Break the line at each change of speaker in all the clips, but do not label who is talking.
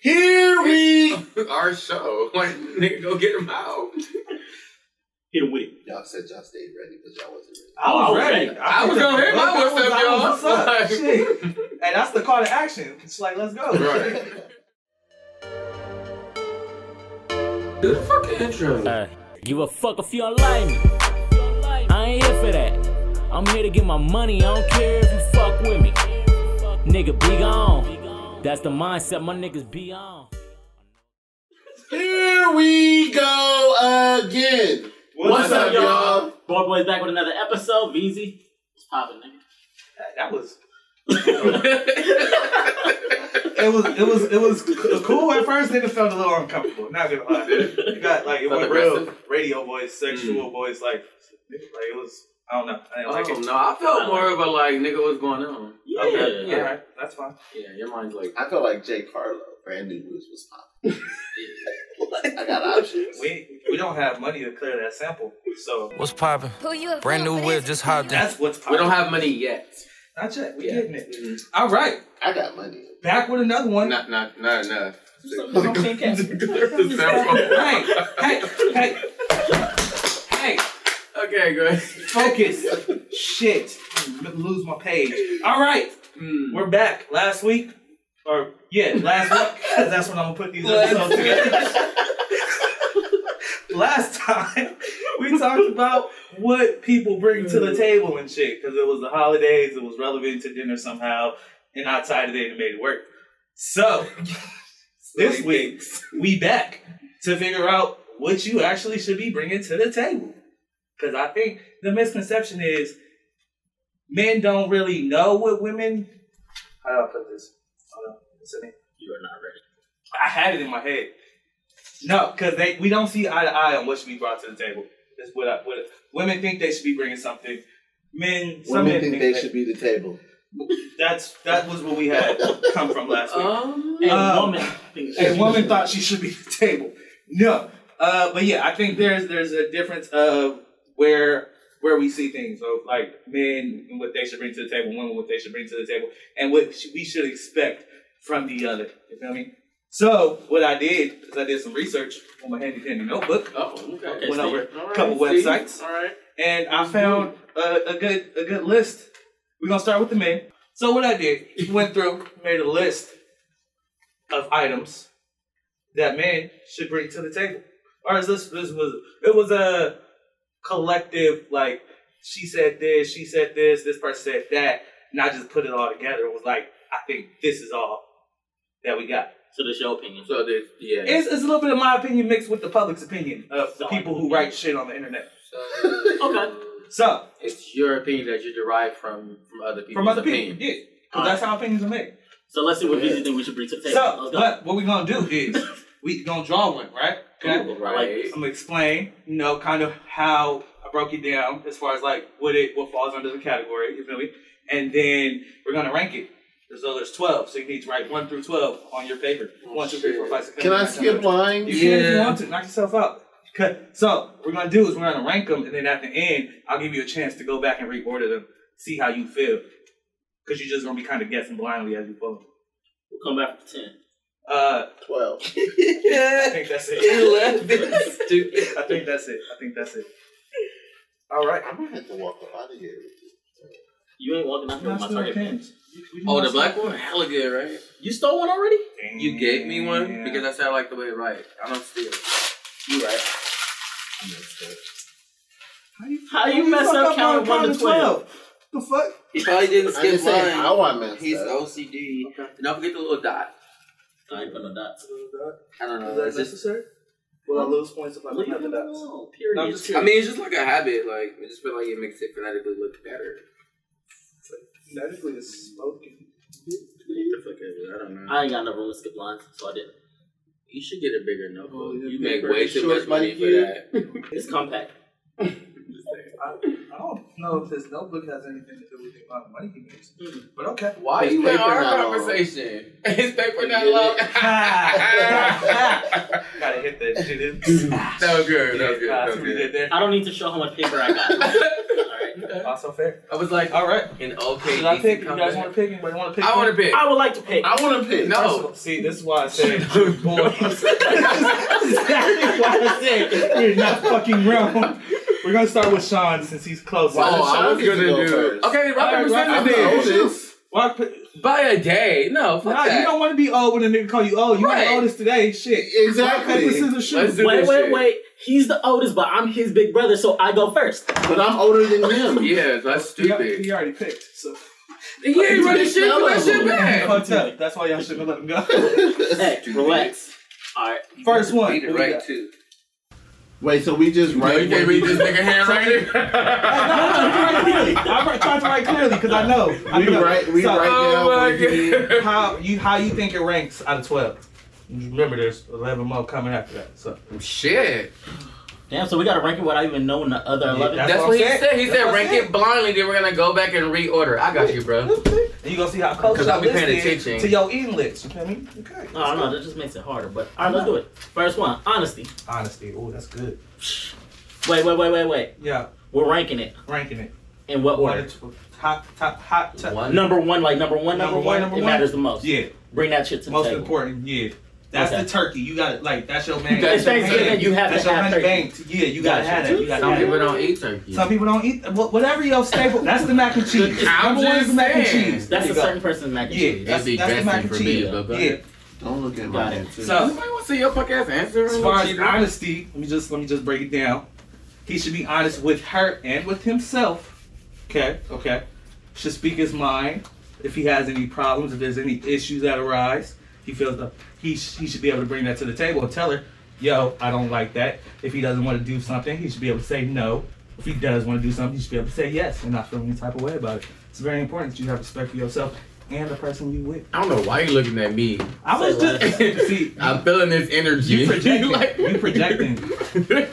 Here we
Our show. Like, nigga, go get him out.
Hit him with it.
Y'all said y'all stayed ready, but y'all wasn't ready.
I was ready.
Oh, I was gonna hit my what's up, y'all.
What's up?
Like-
Shit. And that's the call to action. It's like, let's go.
Right. Do the fucking intro.
Uh, give a fuck if you don't like me. I ain't here for that. I'm here to get my money. I don't care if you fuck with me. Nigga, be gone. That's the mindset my niggas be on.
here we go again.
What's, up, y'all?
Boy Boys back with another episode. VZ. It's popping, nigga.
That- That was. It was it was it was c- cool at first, then it felt a little uncomfortable. Not gonna lie, you got like it
Felt
went real
aggressive? Hmm.
radio voice, sexual voice, like like it was. I don't know. I
Oh,
didn't like it.
no, I felt more of a like, nigga, what's going on?
Yeah.
Okay,
Oh, Yeah.
all right, that's fine.
Yeah, your mind's like,
I felt like Jay Carlo, brand new moves was popping. I got options.
We we don't have money to clear that sample, so
What's poppin'?
Who you a
Brand new whip, just hopped in.
that's what's.
we don't
poppin'.
have money yet.
Not yet. We
Yeah.
getting it.
Mm-hmm.
All right,
I got money.
back with another one.
Not, not, not enough.
Hey,
okay,
hey, hey, hey!
go ahead.
Focus. Shit, I'm gonna lose my page. All right,
Mm.
we're back. Last week, or yeah, last week. 'cause that's when I'm gonna put these episodes together. Last time we talked about what people bring to the table and shit, because it was the holidays, it was relevant to dinner somehow, and I tied it in and made it work. So this week we back to figure out what you actually should be bringing to the table, because I think the misconception is men don't really know what women. How do I put this? Hold on, it's in here.
You are not ready.
I had it in my head. No, because they we don't see eye to eye on what should be brought to the table. That's what I what women think they should be bringing something. Men, some
Women
men
think they should be the table.
That's that was what we had come from last week.
Um,
And
Um,
woman. thinks
a
she-
woman thought she should be at the table. No, uh, but yeah, I think there's there's a difference of where where we see things. So like men and what they should bring to the table, women what they should bring to the table, and what sh- we should expect from the other. You feel me? So what I did is I did some research on my handy dandy notebook,
oh, okay.
Okay,
went
Steve.
over
All
a
right,
couple
see?
websites,
All right.
and I found a, a good a good list. We're gonna start with the men. So what I did, went through, made a list of items that men should bring to the table. Or is this this was it was a collective like she said this, she said this, this person said that, and I just put it all together. It was like I think this is all that we got.
So that's your opinion.
So, this, yeah.
It's, it's a little bit of my opinion mixed with the public's opinion of the people who write shit on the internet.
So,
Okay.
So
It's your opinion that you derive from from other people's
from other
opinion.
people, yeah, because that's how opinions are made.
So let's see what VZ think we should bring to the table.
So,
let's go.
but what we're gonna do is we gonna draw one, right? Okay.
Cool.
Right.
I'm gonna explain, you know, kind of how I broke it down as far as like what it what falls under the category, you feel me? And then we're gonna rank it. So there's twelve, so you need to write one through twelve on your paper. One, two, three, four, five, six.
Can
seven,
I
eight, nine,
skip
ten.
lines?
You can if you
Yeah.
want to. Knock yourself out. Okay. So what we're gonna do is we're gonna rank them, and then at the end, I'll give you a chance to go back and reorder them, see how you feel, because you're just gonna be kind of guessing blindly as you go.
We'll come back to 10.
Uh,
12.
I think that's it. I think that's it. I think that's it. All right.
I'm going to have to walk up out of here.
You ain't walking out here with my target pins.
Oh, the black one, hella good, right?
You stole one already?
You gave me one because I said I like the way it right. I don't steal. You right?
How you mess up counting one to 12?
The fuck?
He probably didn't
I didn't say how I messed
He's
up.
OCD. And don't forget the little dot.
I ain't put no dots.
I don't know.
Is
it's
that
just,
necessary? Will I lose points if I don't have the dots?
Oh, Period.
No, I'm just
I
curious.
mean, it's just like a habit. Like, I just feel like it makes it phonetically look better.
Medically, it's spoken.
I don't know.
I ain't got no room to skip lines, so I didn't.
you should get a bigger notebook.
Oh, yeah,
you make
bigger.
way too
Short
much money for
monkey.
that.
It's compact.
I don't know if this notebook has anything to do with the amount of money he makes, but okay.
Why
His
you in
paper
our
not long.
conversation? His paper not
Yeah.
long.
Gotta hit that shit in.
that was good. That was
Yeah, that's
good. That was
what we
good.
did there.
I don't need to show how much paper I got. Alright.
right. Okay.
Also fair.
I was like,
All right.
an okay.
Should I
decent
pick? You guys
comeback.
want to pick? Anybody want to pick?
I
one?
want to pick.
I would like to pick.
I want to pick.
No.
First of all- See, this is why I say, boy. this is exactly why I say we're not fucking wrong. We're gonna start with Sean since he's closer.
Wow. Oh, I
Sean's
was gonna
gonna
go
do-
first.
Okay, rock
All right,
paper
rock,
I'm
scissors
the
then.
oldest.
Why p-
By a day. No, fuck
nah,
that.
you don't want to be old when a nigga call you old. You
Right.
ain't oldest today. Shit. Rock, paper,
Exactly.
scissors,
Let's
shoot.
do
wait,
this
wait,
shit.
wait. He's the oldest, but I'm his big brother, so I go first.
But I'm older than him.
Yeah, that's
He al-
stupid.
He already picked. So
He ain't running
Pick
shit. Put that
that
shit
level.
back.
fucked up. That's why y'all shouldn't have let him go.
Hey, relax. All right.
First one.
Beat it
What we
right
got?
too.
Wait, so we just
Right,
right
you can't read this nigga hand right
No, no,
here.
no, write clearly. I write- tried to write clearly because I know. I
We
know. um,
write- we write-
Oh
Right now, we
my god.
how you how you think it ranks out of twelve. Remember, there's eleven more coming after that. So
Shit.
Damn, so we got to rank it without even knowing the other 11.
that's-
That's
what
what he
I'm saying.
said. He
That's
said
what
rank
I'm
it blindly, then we're gonna go back and reorder. I got you, bro.
and you gonna see how close
'Cause I'll
y'all
be paying
list is
attention.
to your eating list. You feel me? Okay.
I don't know. That just makes it harder. But all right, let's do it. First one, honesty.
Honesty. Oh, that's good.
Wait, wait, wait, wait, wait.
Yeah,
We're ranking it
ranking it.
in what
One
order?
to tw- Top, top, hot, top.
One.
Number one, like number one, number,
Number
one.
one, number
it
one?
matters the most.
Yeah,
Bring that shit to the
most
table.
important. Yeah, that's
Okay.
the turkey. You got it. Like that's your man.
That's
It's
That's your
Thanksgiving.
man.
You have
That's
to
your
have
honey
turkey.
banked. Yeah, you gotta
Gotcha.
have that. You gotta
Some
have
people
that.
don't eat turkey.
Some people don't eat wha- whatever your staple. That's the mac and cheese.
I'm
Number one is
just
the mac and
saying.
cheese.
That's
There
a
you go.
certain person's mac and
Yeah,
cheese.
that's,
That'd be
that's the
dressing
mac and
for
cheese.
me, but go
yeah.
ahead.
Don't look at
Got
my
it.
answer.
So-
Somebody wants to see your punk ass answer.
As far as
Shit.
honesty, let me just let me just break it down. He should be honest with her and with himself. Okay, okay. Should speak his mind if he has any problems, if there's any issues that arise. He feels the he sh- he should be able to bring that to the table and tell her, "Yo, I don't like that." If he doesn't want to do something, he should be able to say no. If he does want to do something, he should be able to say yes and not feel any type of way about it. It's very important that you have respect for yourself and the person you with.
I don't know why you're looking at me.
I was
Say
just see
I'm feeling this energy.
you projecting.
Like-
You projecting.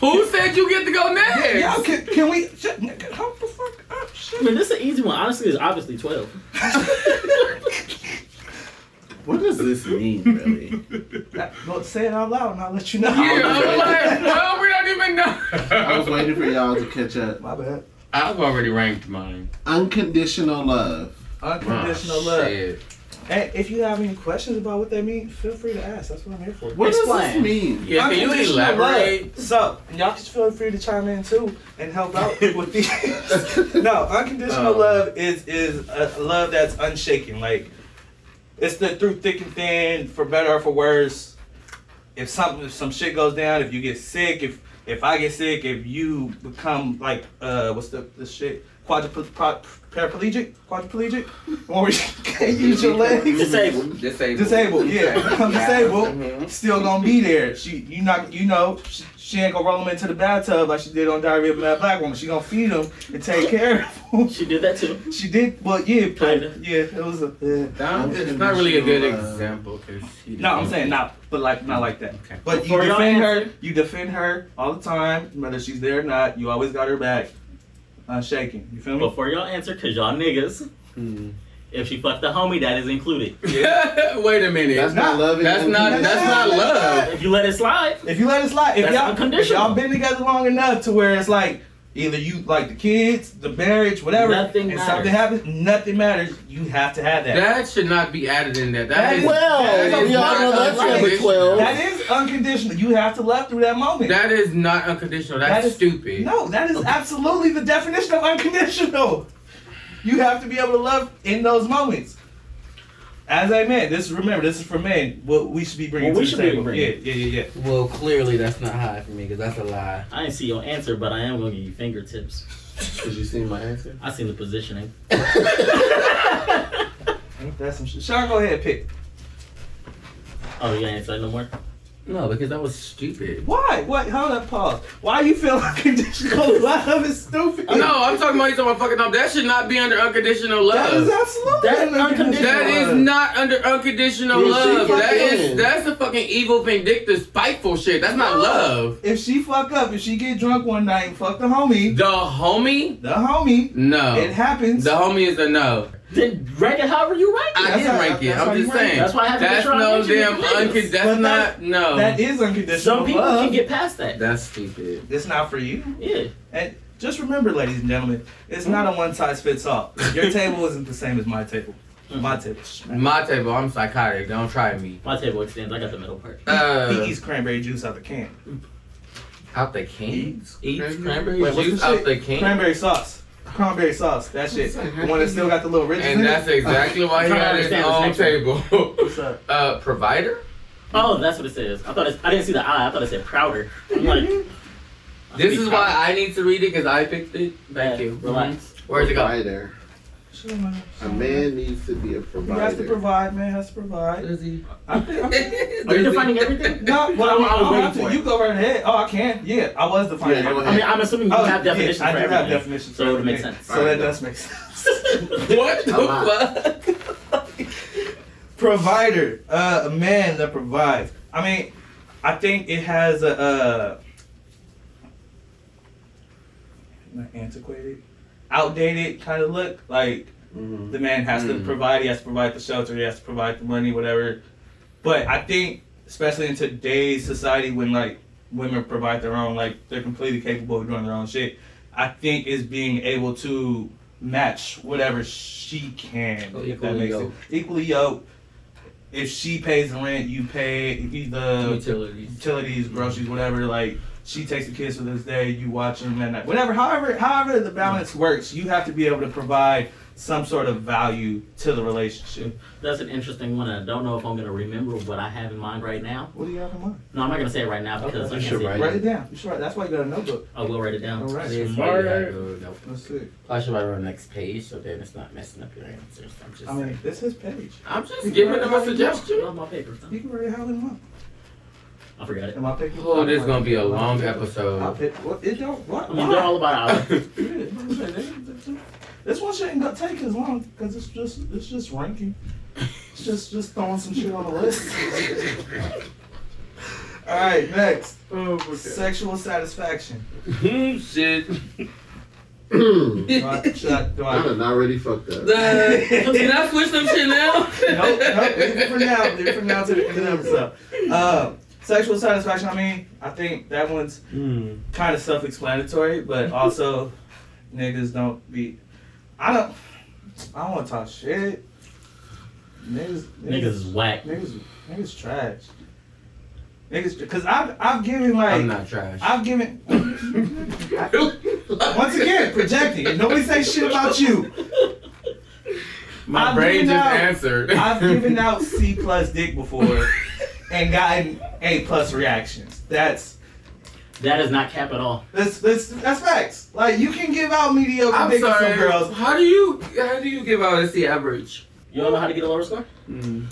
Who said you get to go next?
Y'all can, can we shut, nigga, hold the fuck up?
I
Shit.
mean, this is an easy one. Honestly, it's obviously 12.
What does this mean, really?
That- well, say it out loud and I'll let you know.
Yeah, I'm like, well, we don't even know.
I was waiting for y'all to catch up.
My bad.
I've already ranked mine.
Unconditional love.
Unconditional
Ah,
love.
shit.
And if you have any questions about what that means, feel free to ask. That's what I'm here for.
What does
Explain.
this mean?
Yeah, can you
Unconditional love.
elaborate?
So, and y'all just feel free to chime in too and help out with these. no, unconditional
Um.
love is is a love that's unshaken. Like it's the through thick and thin, for better or for worse. If something, if some shit goes down, if you get sick, if if I get sick, if you become like uh, what's the the shit quadriplegic, paraplegic, quadriplegic, When we can't use your legs
Disabled.
Disabled.
disabled. Yeah, I'm
Yeah.
disabled.
Mhm.
Still gonna be there. She, you not, you know, she, she ain't gonna roll him into the bathtub like she did on Diary of a Mad Black Woman. She gonna feed him and take care of him.
She did that too.
She did, well, yeah, but,
Kinda.
yeah, it was a. Yeah.
That- It's not really a good
Unconditional love.
example because
No, I'm saying not, but like not like that.
Okay.
But you
For your
defend her.
answer.
You defend her all the time, whether she's there or not. You always got her back. Uh, Unshaken. You feel me?
Before y'all answer, because y'all niggas, if she fucked a homie, that is included.
Wait a minute.
That's not love. and
That's not.
unconditional.
That's not love.
If you let it slide,
If you let it slide, if
That's
y'all, if
unconditional.
y'all been together long enough to where it's like either you like the kids, the marriage, whatever,
Nothing
and
matters.
something happens, nothing matters. You have to have that.
That should not be added in there. That
That
is.
is-
Well,
that is
we all
not
know that's number
unconditional.
twelve.
that is unconditional. You have to love through that moment.
That is not unconditional.
That
That's
is-
stupid.
no, that is absolutely the definition of unconditional. You have to be able to love in those moments. As a man, this remember this is for men. What we should be bringing
What we
to
should
the
be
table. Yeah,
bringing.
yeah, yeah, yeah.
Well, clearly that's not high for me because that's a lie.
I didn't see your answer, but I am going to give you fingertips.
Did you see my answer?
I seen the positioning.
That's some shit. Sean, go ahead, pick.
Oh, you ain't answering no more?
No, because that was stupid.
Why? What? Hold up, pause. Why you feel unconditional love is stupid?
Oh, No, I'm talking about you talking about fucking up. That should not be under unconditional love.
That is absolutely
That is unconditional
That is
love.
not under unconditional
You
love.
see,
That
fucking-
is that's the fucking evil, vindictive, spiteful shit. That's not love.
If she fuck up, if she get drunk one night and fuck the homie,
The homie,
the homie, it
no.
happens.
The homie is a no.
Then rank it however you rank it.
I
That's
didn't
how-
rank it.
that's how
I'm
you
just
rank it.
saying.
That's why I have to
That's
try and
no
get you to
damn
do this.
uncon. That's
But
not
that-
no.
That is unconditional
Some people
love.
can get past that.
That's stupid.
It's not for you.
Yeah.
And Just remember, ladies and gentlemen, it's not
Mm.
a one size fits all. Your table isn't the same as my table.
Mm.
My table. smack.
My table, I'm psychotic. Don't try me.
My table extends. I got the middle part.
He
Uh,
eats cranberry juice out the can.
out the can. Eats cranberry
Wait, what's
juice
the
out
shit?
the can.
Cranberry sauce. Cranberry sauce. That shit. The one that still got the little ridges
And
in
that's
it.
exactly why he
I'm
got
trying
his
to
own
understand
table.
What's up?
uh, provider?
Oh, that's what it says. I thought it, I didn't see the eye. I thought it said prouder. I'm like, I
This
speak
is
prouder.
why I need to read it because I picked it. Thank
Yeah,
you.
Relax.
Where's it go?
Provider. A
He
man needs to be a
has to
provider.
provide, man. Has to provide. I think. I'm-
Are you defining everything?
No, well, I,
I was
I,
waiting
have to.
for it.
You go right ahead. Oh, I can. Yeah, I was defining.
Yeah, go
everything.
I mean, I'm assuming you
Oh,
have
yeah,
definitions
I
for
do
everything.
have definitions.
so
for
it would make
everything.
sense.
So that does make sense.
What the
I'm out.
fuck?
Provider, uh, a man that provides. I mean, I think it has a. Uh, not antiquated, outdated kind of look. Like
Mm-hmm.
the man has
Mm.
to provide. He has to provide the shelter. He has to provide the money, whatever. But I think, especially in today's society, when like women provide their own, like they're completely capable of doing their own shit. I think is being able to match whatever she can.
So
if that
Oh, equally
makes sense.
yoked.
Equally yoked. If she pays the rent, you pay either
Utilities.
utilities, groceries, whatever. Like she takes the kids for this day, you watch them at night, whatever. However, however the balance works, you have to be able to provide some sort of value to the relationship.
That's an interesting one. and I don't know if I'm going to remember what I have in mind right now.
What do you have in mind?
No, I'm not going to say it right now
Okay.
because I
You
can't
should
see it.
write
Write it down. You should write. That's why you got a notebook.
I will write it down.
All right. Let's see.
I should write it on the next page so then it's not messing up your answers. I'm just
I mean, this is his page.
I'm just giving him a
I
suggestion.
love my paper.
You can write it how you want.
I forgot it.
Am I picking?
Oh, this is gonna be a long
I'll
episode.
pick. What? It don't. What?
I mean, they're all about hours.
This one shouldn't go- take as long because it's just it's just ranking. It's just just throwing some shit on the list. All right, next. Sexual satisfaction.
Hmm, Shit.
Do I, should I, do
I
I?
done already fucked up.
Uh, Can I switch some shit now?
nope, nope. Leave it for now. Leave it for now to the end of the episode. Uh, sexual satisfaction. I mean, I think that one's
Hmm.
kind of self-explanatory, but also niggas don't be. I don't. I don't want to talk shit. Niggas.
Niggas is whack.
Niggas. Niggas trash. Niggas. Because I've I've given like.
I'm not trash.
I've given. Once again, projecting. If nobody say shit about you,
My
I've
brain
given
just
out-
answered.
I've given out C plus dick before and gotten A plus reactions. That's
That is not cap at all.
that's that's that's facts. Like you can give out mediocre
I'm
dick to
sorry.
some girls.
How do you how do you give out a C average?
You don't know how to get a lower score?
Mm.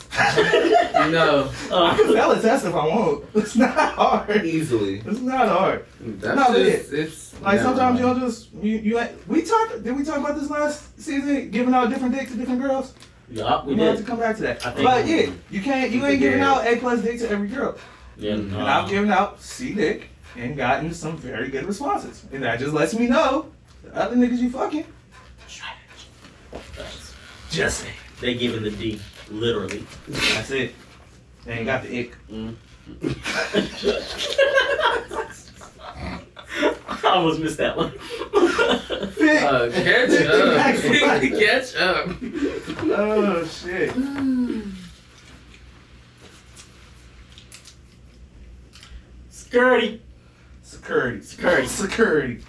No.
I can
Uh,
fail a test if I want. It's not hard.
Easily.
It's not hard.
That's
No, but
just it's
Like
No.
sometimes you'll just you you ain't- we talked did we talk about this last season giving out different dick to different girls?
yup,
We
we
might have to
did.
come back to that.
I think-
But yeah, you can't you
We
ain't giving
did.
out A plus dick to every girl.
Yeah,
Mm-hmm.
And I've
no.
given out C dick and gotten some very good responses. And that just lets me know the other niggas you fucking. Just saying.
They giving the D, literally.
That's it. They ain't got the ick.
I almost missed that one.
Fick.
uh, catch up. catch up.
oh shit.
Skirty.
Security.
Security.
Security.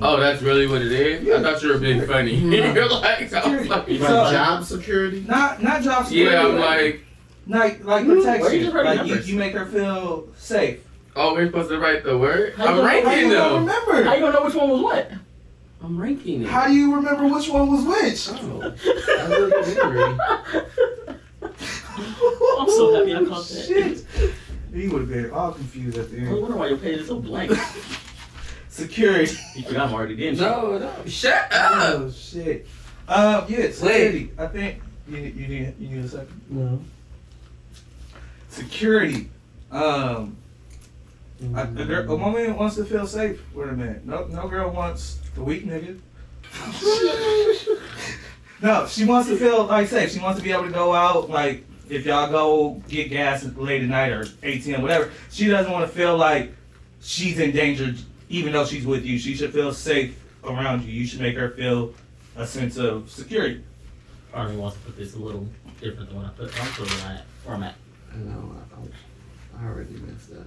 Oh, that's really what it is? I thought you were being funny. You're like, I was like,
You
So-
Job security.
Not not job security.
yeah, I'm like,
like like
Why you
protection.
just writing
Like you,
numbers?
you make her feel safe.
oh, we're supposed to write the word?
How
I'm
you-
How
ranking
you gonna
them.
How you
remember?
gonna know which one was what?
I'm ranking it.
How do you remember which one was which?
Oh, I look angry.
I'm so happy I caught that. Oh.
Shit. He would have been all confused at the
I
end.
was wondering why your page is so blank.
Security.
You forgot I'm already did
No, no. Shut up.
Oh shit. Um, yeah, security. I think you, you need you need a second.
No.
Security. Um, a, a, girl, a woman wants to feel safe with a man. No, no girl wants the weak nigga. no, she wants to feel like safe. She wants to be able to go out like. If y'all go get gas late at night or ATM, whatever, she doesn't want to feel like she's in danger even though she's with you, she should feel safe around you. You should make her feel a sense of security.
Army wants to put this a little different than what I put. I'm putting it at format.
I know. I- I, I already messed up.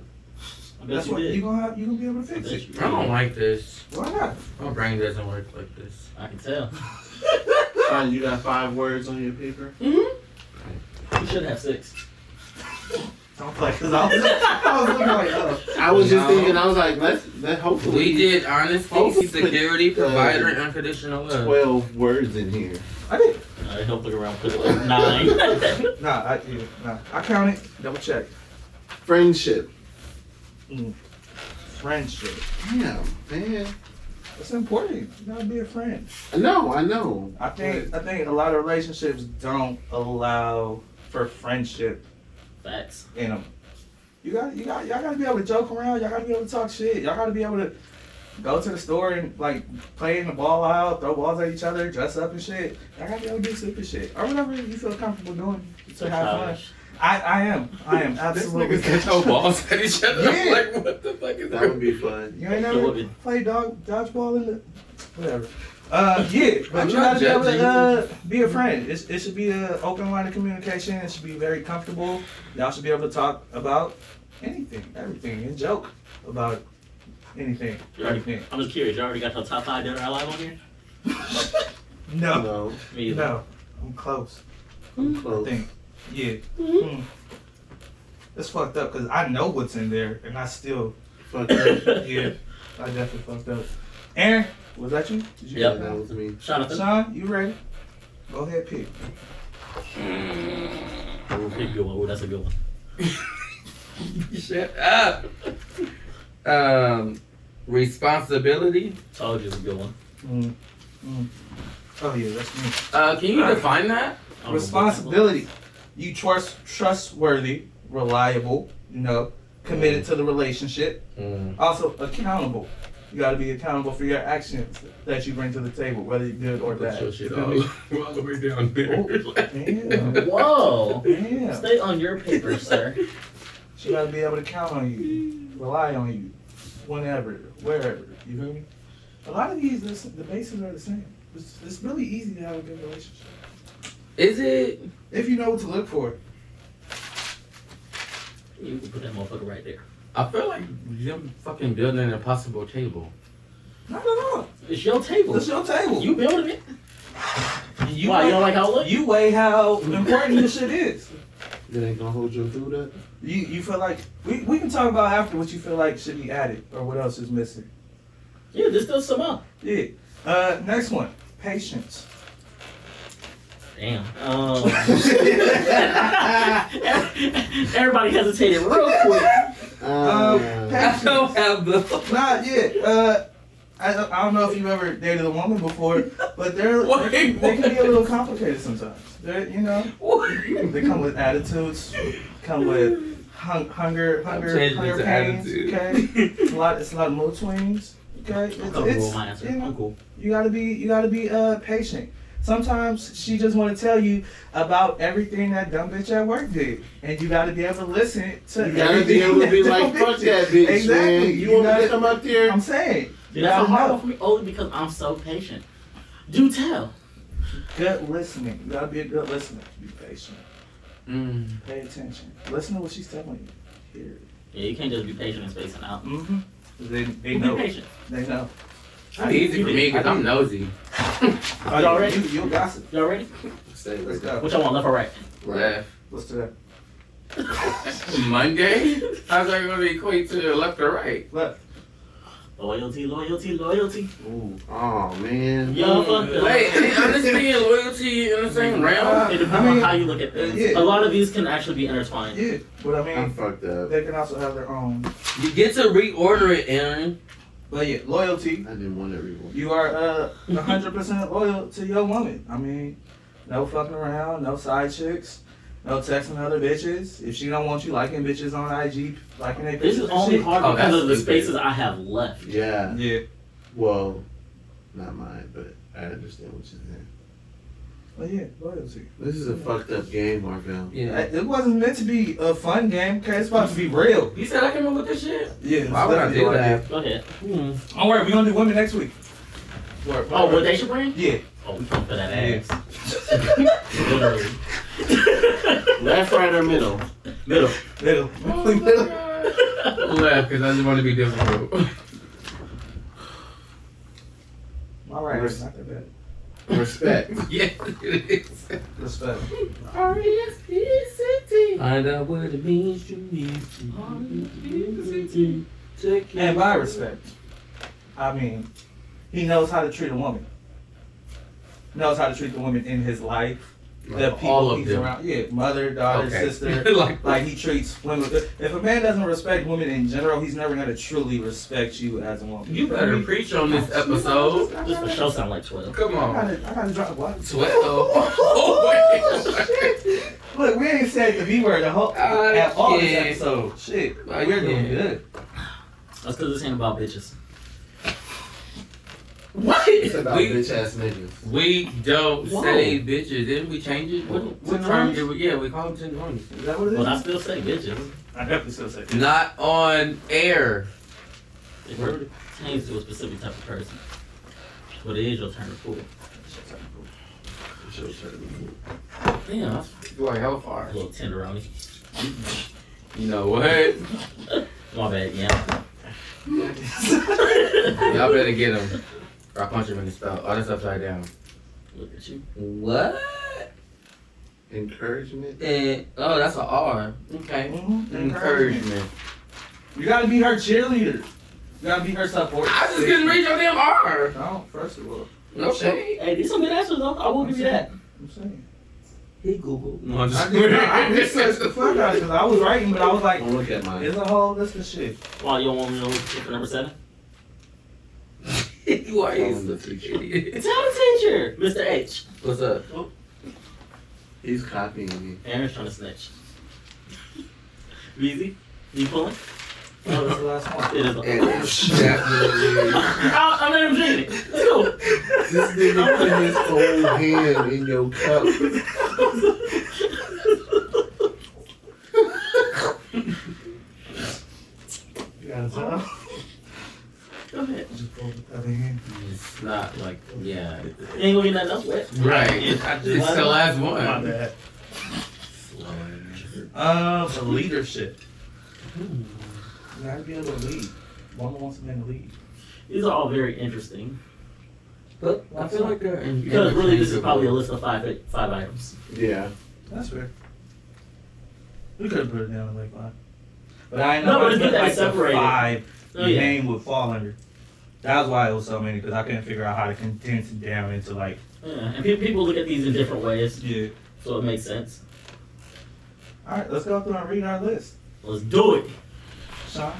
I bet
That's
you
what you
did.
gonna have, you gonna be able to
I
fix
bet
it.
you
I don't
did.
like this.
Why not?
My brain doesn't work like this.
I can tell.
Fine, you got five words on your paper.
You should have six.
Don't play, cause I was, I was looking like, oh.
I was just
No.
thinking. I was like, let's let hopefully
We did honesty,
Hopefully,
security, provider,
uh,
and unconditional love.
twelve words in here.
I did.
I help look around. Put it like nine.
Nah, I yeah, nah. I counted. Double check.
Friendship.
Friendship.
Damn, man.
It's important. You gotta be a friend.
No, I know.
I think I think a lot of relationships don't allow for friendship
Facts.
in them. um, You got you got y'all gotta be able to joke around. Y'all gotta be able to talk shit. Y'all gotta be able to go to the store and like play in the ball out, throw balls at each other, dress up and shit. Y'all gotta be able to do stupid shit or whatever you feel comfortable doing to have fun. I, I am I am absolutely.
throw balls at each other. I'm
Yeah.
like, what the fuck is
That would
that?
be fun.
You ain't
It
never
would be.
played dog dodgeball in the whatever. Uh, yeah, but
I'm
you
not
gotta be able
judging.
to uh, be a friend. It's, it should be an open line of communication. It should be very comfortable. Y'all should be able to talk about anything, everything, and joke about anything,
You already,
everything.
I'm just curious. You already got your top five dead or alive on here?
No,
No,
Me either.
no, I'm close.
I'm
I
close.
think, yeah. Hmm. It's fucked up because I know what's in there, and I still,
Fuck up.
yeah, I definitely fucked up. Aaron, was that you? Did you
Yeah,
Yep.
that was me.
Jonathan.
Sean, you ready? Go ahead, pick.
Ooh, good one. Ooh, that's a good one.
Shut up. Um, responsibility.
Told you it's a good one.
Mm. Mm. Oh yeah, that's me.
Uh, can you define that?
I don't know what
Responsibility. You trust, trustworthy, reliable. You know, committed to the relationship.
Mm.
Also accountable. You got to be accountable for your actions that you bring to the table, whether you're good or bad.
Put your shit
You
all,
feel me?
all the way down there.
Damn.
that one- Whoa.
Damn.
Stay on your paper, sir.
She got to be able to count on you, rely on you, whenever, wherever. You feel me? A lot of these, listen, the bases are the same. It's, it's really easy to have a good relationship.
Is it?
If you know what to look for.
You can put that motherfucker right there.
I feel like them fucking building an impossible table.
Not at all.
It's your table.
It's your table.
You building it.
You
Why?
weigh,
You don't like how it look?
you weigh how important this shit is.
It ain't gonna hold you through that.
You you feel like we, we can talk about after what you feel like should be added or what else is missing.
Yeah, this does some up.
Yeah. Uh, next one, patience.
Damn. Um, everybody hesitated real quick.
Um,
Oh,
Uh,
I don't
patience.
have the.
Not yet. Uh, I, don't- I don't know if you've ever dated a woman before, but they're
Wait,
they, can- they can be a
what?
little complicated sometimes. They're you know they come with attitudes, come with hun- hunger, hunger,
changing
hunger
it to
pains.
attitude.
Okay. It's a lot. It's a lot of mood swings. Okay. It's,
I'm comfortable with
it's,
my answer.
you know,
I'm cool.
You gotta be you gotta be uh patient. Sometimes she just wanna tell you about everything that dumb bitch at work did. And you gotta be able to listen to
you gotta
everything
be able to be
that
like,
dumb
fuck
did."
that bitch,
Exactly.
man. You want me
gotta-
to come up there?
I'm saying
Dude, that's
gotta
a hard
know.
one for me only because I'm so patient. Do tell.
good listening. You gotta be a good listener. Be patient.
Mm.
Pay attention. Listen to what she's telling you. Hear it.
Yeah, you can't just be patient and spacing out.
Mm-hmm. They, they
Be
know.
patient.
They know.
It's easy for me because I'm nosy.
Are y'all ready? You, you gossip.
Y'all ready?
Stay
Let's
right there.
go.
Which I want, left or right?
Right.
Let's do that.
Monday? How's that going to equate to left or right?
Left.
Loyalty, loyalty, loyalty.
Ooh.
Oh man.
Yo, fuck that.
Wait, ain't honesty and loyalty in the same realm?
It depends
I mean,
on how you look at things.
yeah.
A lot of these can actually be intertwined.
Yeah. But I
I'm
mean,
fucked up.
they can also have their own.
You get to reorder it, Aaron.
But yeah, loyalty.
I didn't want everyone.
You are uh, 100% loyal to your woman. I mean, no fucking around, no side chicks, no texting other bitches. If she don't want you liking bitches on IG, liking they pictures.
This is
and
only
shit.
hard
Oh,
because
that's
of the
stupid.
spaces I have left.
Yeah.
Yeah.
Well, not mine, but I understand what you're saying.
Oh yeah, loyalty.
This is a fucked up game, Marvell.
I- It wasn't meant to be a fun game. 'cause It's supposed to be real.
You said I came up with this shit?
Yeah.
Why would I do that?
Go ahead.
Don't worry, we're gonna do women next week.
Oh, what they should bring?
Yeah.
Oh, come for that ass. Literally.
Left, right, or middle?
Middle.
Little. Little.
Left, because I just want to be difficult.
All right. It's not that bad.
Respect.
yeah, it is.
That's bad.
Find out what it means to me.
And by respect, I mean, he knows how to treat a woman. Knows how to treat the woman in his life. The people
all of
he's
them.
around. Yeah, mother, daughter, sister.
like,
Like he treats women. If a man doesn't respect women in general, he's never gonna truly respect you as a woman.
you better preach on this episode.
This for sure sound like 12.
Come
I
on.
gotta, I gotta drop what?
Sweat though. Oh, wait.
Look, we ain't said the B word the whole
I
at all this
can't.
episode. Shit,
I
we're doing
can't.
good.
That's because this ain't about bitches.
What?
It's about
We,
bitch ass niggas.
we don't
Whoa.
say bitches. Didn't we change it? What, what term did we? Yeah, we call them tenderoni.
Is that what it is?
But I still say bitches.
I definitely still say that.
Not on air.
It really pertains to a specific type of person. But it is your turn to fool.
It's your turn.
Damn, that's
You are
a
hellfire.
little tenderoni.
You know what?
My bad, yeah.
Y'all better get him. Or I punch him in the stomach. Oh, that's upside down.
Look at you.
What?
Encouragement.
And, oh, that's an R. Okay.
Mhm.
Encouragement.
You gotta be her cheerleader. You gotta be her support.
I just couldn't read your damn R.
No, first of all,
No shade.
Hey, these some good answers, though. I will give you that.
I'm saying.
He Googled.
No, I'm
I did I researched the fuck out because I was writing, but I was like,
Don't look at mine.
it's a whole list of shit.
Why you don't want me to know for number seven?
you are
Tell him the
a
teacher.
Tell the teacher, Mr. H.
What's up?
He's copying me.
Aaron's trying to snitch. Weezy, you pulling?
That was the last one.
It is.
And it's definitely
I'll, I'll let him drink it. Let's go.
this nigga put his whole hand in your cup.
You gotta tell.
Go ahead.
Just go with the other hand.
It's not like, yeah.
You ain't gonna get nothing else wet.
Right. It's the last
My
one.
bad.
Uh,
The leadership.
you gotta be able to lead. Woman wants a man to lead.
These are all very interesting
But I feel like they're in-
because really this is probably a list of five five items.
Yeah.
That's fair. We could have put it down like five. But I
No,
know
but it's
put
good that
like
it's
the
separated.
five
Oh
the
yeah.
name would fall under. That was why it was so many because I couldn't figure out how to condense it down into like
yeah. And pe- people look at these in different ways,
yeah.
so it makes sense.
All right, let's go through and read our list.
Let's do it.
Sean,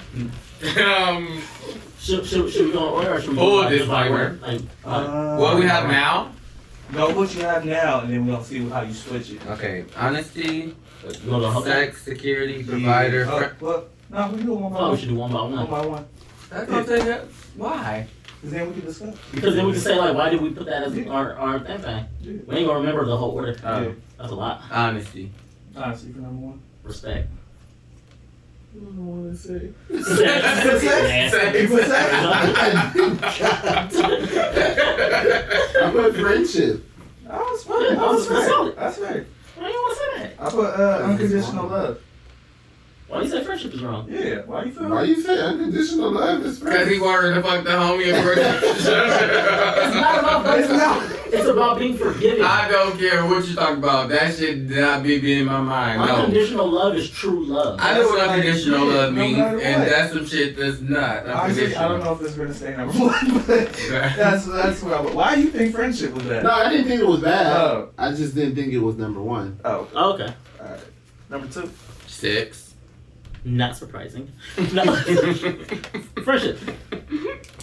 Um,
Should, should, should we go on order or should we
Full
go by- just by
disclaimer.
order? Like, uh,
uh,
what we have now?
Go what you have now, and then we're gonna see how you switch it.
Okay, honesty,
you wanna go to
sex, security, provider.
Oh,
fr-
well, no, we can do it one by
Oh, we
one.
should do one by
One
one.
by one,
That's what I'm saying, that- Why?
because then we can discuss.
Because then we can say like, why did we put that as our our thing? thing? We ain't gonna remember the whole order.
Oh.
Yeah.
That's a lot.
Honesty.
All right, so you can number one.
Respect.
I don't want to say.
Nasty.
What's I put friendship.
I was fair.
Yeah,
I was
that's
fair.
solid.
That's fair.
Why you want to say that?
I put uh, unconditional love.
Why you say friendship is wrong?
Yeah. Why you feel?
Why you say unconditional love is
Because he
friendship?
wanted to fuck the homie and brother.
It's not about
It's
friendship.
not.
It's about being forgiving.
I don't care what you talk about. That shit did not be in my mind. No.
Unconditional love is true love.
I know what unconditional love
No
means,
matter
and
what.
that's some shit that's not
Honestly, I don't
unconditional.
know if it's gonna stay number one, but that's that's what. I would. Why do you think friendship was that?
No, I didn't think it was bad.
Oh.
I just didn't think it was number one.
Oh,
Oh, okay.
number two.
Six.
Not surprising. No. friendship.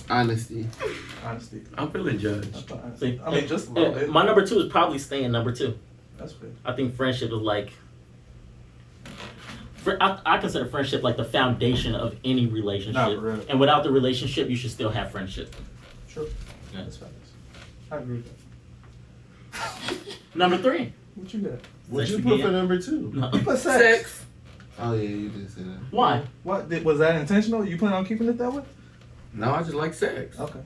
Honesty.
Honesty.
I'm feeling judged.
That's fine.
See,
I mean, just a little
Uh,
bit.
My number two is probably staying number two.
That's fair.
I think friendship is like. Fr- I, I consider friendship like the foundation of any relationship.
Not really.
And without the relationship, you should still have friendship.
True.
Yeah.
That's fine. I agree with that.
Number three.
What you got?
What'd you put for number two?
No.
You put sex.
Sex.
Oh yeah, you did say that.
Why?
What did, was that intentional? You plan on keeping it that way?
No, I just like sex.
Okay.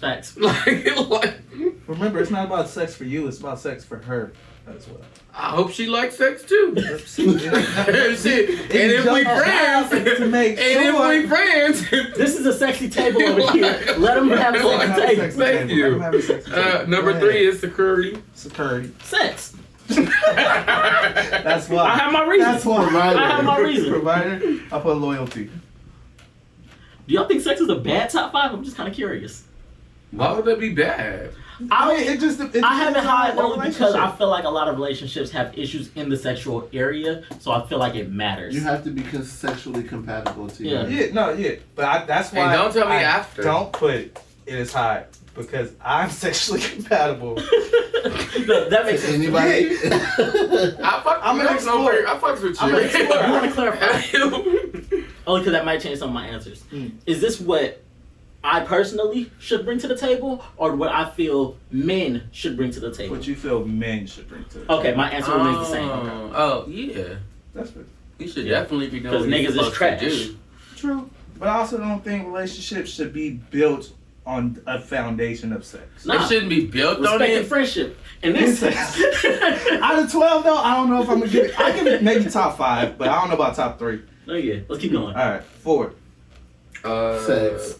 Facts.
Like, like,
Remember, it's not about sex for you. It's about sex for her as well.
I hope she likes sex too.
It's
Shit. And if we
your
friends,
job to make
and
sure-
if we friends,
This is a sexy table over here. Let them have
I'm
sex
having
table.
sex with
Thank
Taylor.
you.
I'm having sex with
uh,
Taylor.
number
Go
three
ahead.
is security.
security.
Sex.
That's
I
why.
have my
That's
reasons.
why.
I have my reason.
Provider. I put loyalty.
Do y'all think sex is a bad top five? I'm just kind of curious.
Why would that be bad?
I,
mean, it just. It just
I haven't
depends on
high
the
only because I
relationship.
feel like a lot of relationships have issues in the sexual area, so I feel like it matters.
You have to be con- sexually compatible to
Yeah.
you.
Yeah, no, yeah, but I, that's
And
why.
don't tell me
I
after.
Don't put it is high because I'm sexually compatible.
that, that makes sense.
Anybody?
I fuck.
I'm an
I fuck with-
explorer.
I fuck with
I'm
you.
an explorer. I wanna clarify.
clarify.
Only because that might change some of my answers.
Mm.
Is this what I personally should bring to the table, or what I feel men should bring to the table?
what you feel men should bring to it.
Okay, my answer remains the same.
Um, Oh yeah,
That's pretty
you should
Yeah.
definitely be doing
'Cause
what you're
niggas is
supposed to
trash.
do.
true, but I also don't think relationships should be built on a foundation of sex.
Nah.
It shouldn't be built on
Respect and
it.
friendship. And this
Incest.
no,
Out of twelve, though, I don't know if I'm gonna give it. I give it maybe top five, but I don't know about top three.
yeah, let's keep going.
All right, four.
Uh,
Sex.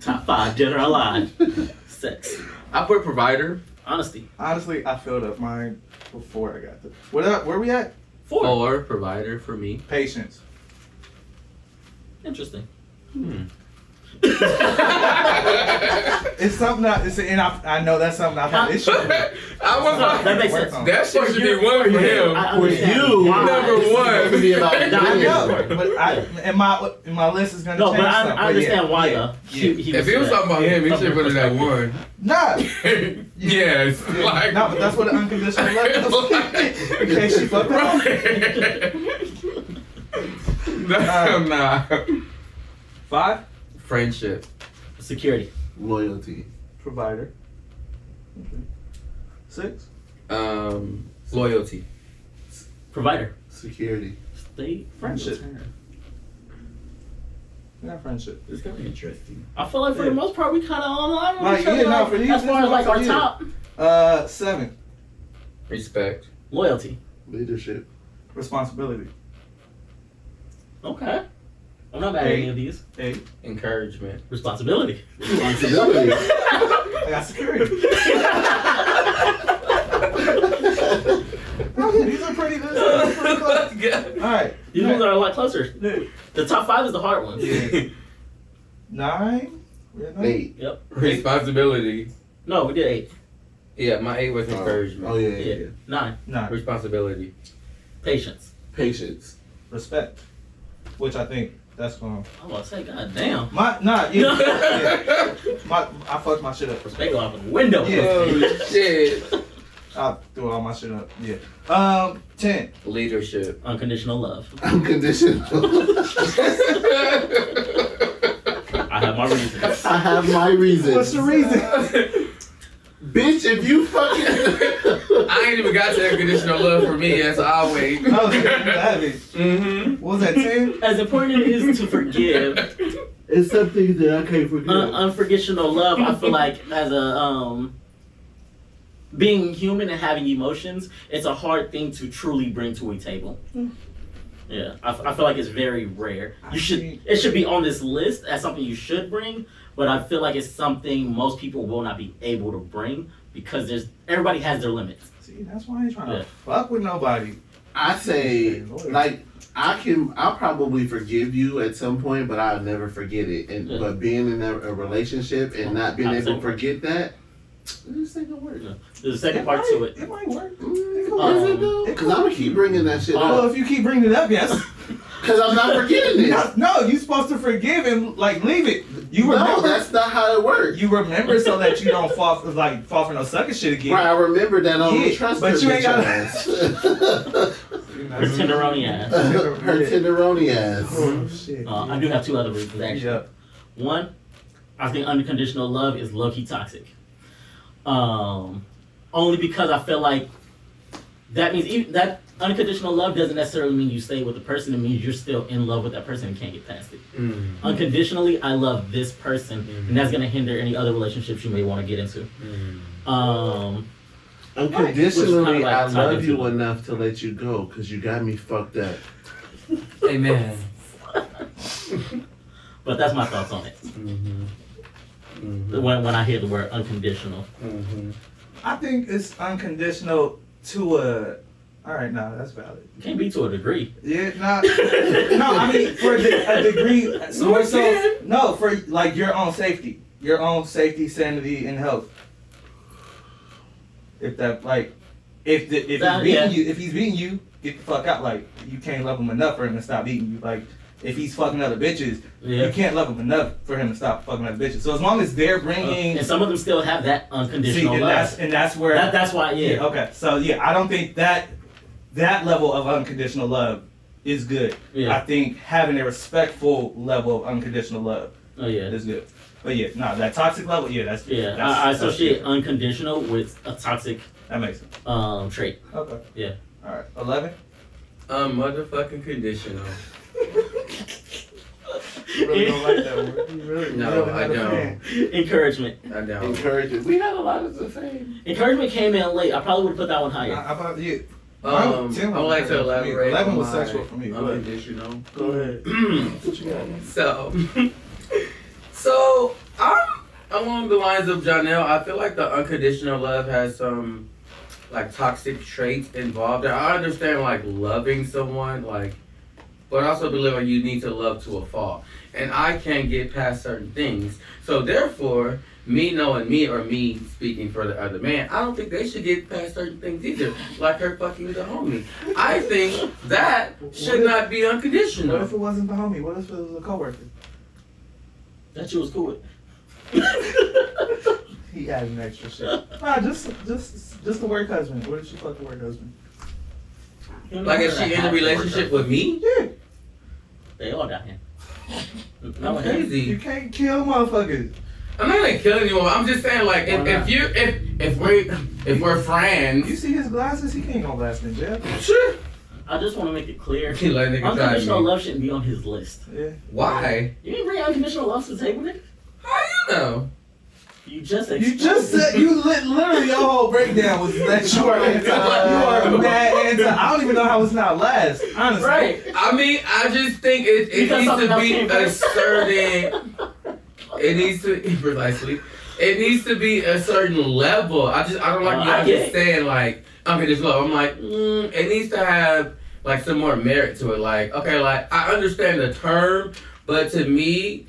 Top five, dead or alive. Sex.
I put provider.
Honesty.
Honestly, I filled up mine before I got there. What up? Where we at?
Four.
Oh.
Or provider for me.
Patience.
Interesting.
Hmm.
It's something that it's and I, I know that's something I've had issues with.
I was
No, that makes
Work
sense.
on.
That shit should be one for him.
I
For
understand
you,
why.
Number
this is
one.
supposed to be about
Nah, I
I
women.
know, but I and my and my list is gonna
No,
change.
but I,
some,
I understand
yeah,
why
yeah.
though.
yeah.
He, he
If he was talking about him, he
From
should put it at one.
perspective.
Nah,
yes.
yeah,
Like,
no, but that's what an unconditional love is. In case you fuck up.
Nah, nah.
Five
Friendship.
Security.
Loyalty.
provider. Six.
Um, loyalty.
Provider.
Security.
State
Friendship.
friendship.
Not friendship.
It's kind of interesting. I feel like for the
Yeah.
most part we kind of on line with
Like,
each other.
yeah, no,
like,
for these-
as far
this
as like
one's
our
for you.
top
Uh, seven.
Respect.
loyalty.
Leadership.
Responsibility.
Okay. I'm not mad at any of these.
Eight.
Encouragement.
Responsibility.
Responsibility.
I got security. Okay, these are pretty good. All right.
These ones are a lot closer.
Yeah.
The top five is the hard one.
Yeah. Nine. We at nine?
Eight.
Yep.
Responsibility.
No, we did eight.
Yeah, my eight was
Oh.
encouragement.
Oh yeah, yeah.
Yeah.
yeah.
Nine.
Nine.
Responsibility.
Patience.
Patience.
Respect. Which I think that's going.
I was about to say, god damn.
My nah. Yeah, yeah. My I fucked my shit up.
Respect go out the window.
oh shit.
I threw all my shit up. Yeah. Um. Ten.
Leadership.
Unconditional love.
Unconditional.
I have my reasons.
I have my reasons.
What's the reason?
Bitch, if you fucking.
I ain't even got to unconditional love for me as always.
Oh, shit, you have it.
mm-hmm.
What was that ten?
As important it is to forgive,
it's something that I can't forget.
un- unforgettional love, I feel like as a um being human and having emotions, it's a hard thing to truly bring to a table. Yeah, I, f- I feel like it's very rare. You should it should be on this list as something you should bring, but I feel like it's something most people will not be able to bring because there's everybody has their limits.
See, that's why I ain't trying
Yeah.
to fuck with nobody.
I say, like, I can, I'll probably forgive you at some point, but I'll never forget it. And
Yeah.
but being in a, a relationship and not being able to
Absolutely.
forget that, this ain't gonna work.
Yeah. There's a second part to it.
It might work.
Mm, is it though? Because I'm gonna keep bringing that shit
Well,
up.
if you keep bringing it up, yes.
Because I'm not forgetting this.
No, no, you're supposed to forgive and like leave it. You
No,
remember.
that's not how it works.
you remember so that you don't fall for, like fall for no sucker shit again.
Right, I remember that. I don't
Yeah,
trust
but
her
you ain't
bitch
gotta-
ass.
You know?
Her tenderoni ass.
her tenderoni ass.
Oh shit.
Uh, I do have two other reasons actually.
Yeah.
One, I think unconditional love is low key toxic. Um, only because I feel like that means even, that unconditional love doesn't necessarily mean you stay with the person. It means you're still in love with that person and can't get past
Mm-hmm.
it.
Mm.
Unconditionally, I love this person,
Mhm.
and that's gonna hinder any other relationships you may want to get into. Um,
Unconditionally,
Which is kinda like
I
talking
love
to
you
them.
enough to let you go because you got me fucked up.
Amen.
but that's my thoughts on it.
Mm-hmm.
When when I hear the word unconditional,
Mm-hmm.
I think it's unconditional to a. All right, no, that's valid.
it can't be to a degree.
Yeah, not. no, I mean for a de- a degree. So more so, no, for like your own safety, your own safety, sanity, and health. If that like, if the, if
That-
he's beating
yeah.
you, if he's beating you, get the fuck out. Like you can't love him enough for him to stop beating you. Like if he's fucking other bitches, you
Yeah.
can't love him enough for him to stop fucking other bitches. So as long as they're bringing,
And some of them still have
see,
that unconditional
and that's
love.
and that's where
That, that's why,
yeah.
yeah.
Okay. So yeah, I don't think that that level of unconditional love is good.
Yeah.
I think having a respectful level of unconditional love
Oh yeah.
is good. But yeah, no, that toxic level, yeah, that's
Yeah,
That's,
I, uh, I
that's
associate
different.
unconditional with a toxic
That makes sense.
um, trait.
Okay.
Yeah.
All right. Eleven.
I'm motherfucking conditional. No, I don't.
Encouragement.
I don't.
Encouraging. We had a lot of the same.
Encouragement came in late. I probably would have put that one higher.
I, about you.
Um, I would like to elaborate.
Eleven was
on my
sexual for me. Go ahead.
Unconditional.
Go ahead. What you got?
So, so I'm along the lines of Janelle. I feel like the unconditional love has some like toxic traits involved. And I understand like loving someone, like, but I also believe like you need to love to a fault. And I can't get past certain things. So therefore, me knowing me or me speaking for the other man, I don't think they should get past certain things either. Like her fucking the homie. I think that should not be
What
unconditional.
if it wasn't the homie? What if it was a coworker?
That you was cool with.
He added extra shit. Nah, just just just the work husband. What if she fucked the work husband?
Like if she in a relationship with me,
Yeah.
They all got him.
I'm
Not with him.
You
crazy.
can't kill motherfuckers.
I'm not gonna kill anyone. I'm just saying, like, if,
Why
if
not?
you if if we if we're
You
friends,
see his glasses? He can't go last in jail.
sure.
I just want to make it clear.
He let nigga drive
Unconditional
me.
love shouldn't be on his list.
Yeah.
Why?
You didn't bring unconditional love to the table, nigga.
How you know?
You just
You just said you lit, literally your whole breakdown was that you are anti. you are mad anti. I don't even know how it's not last. Honestly.
Right.
I mean, I just think it, it
Because
needs
something
to
else
be
came
a
first.
certain. It needs to precisely. It needs to be a certain level. I just I don't like
Uh,
you
I get it.
understand like unconditional love. I'm like mm, it needs to have like some more merit to it. Like okay, like I understand the term, but to me,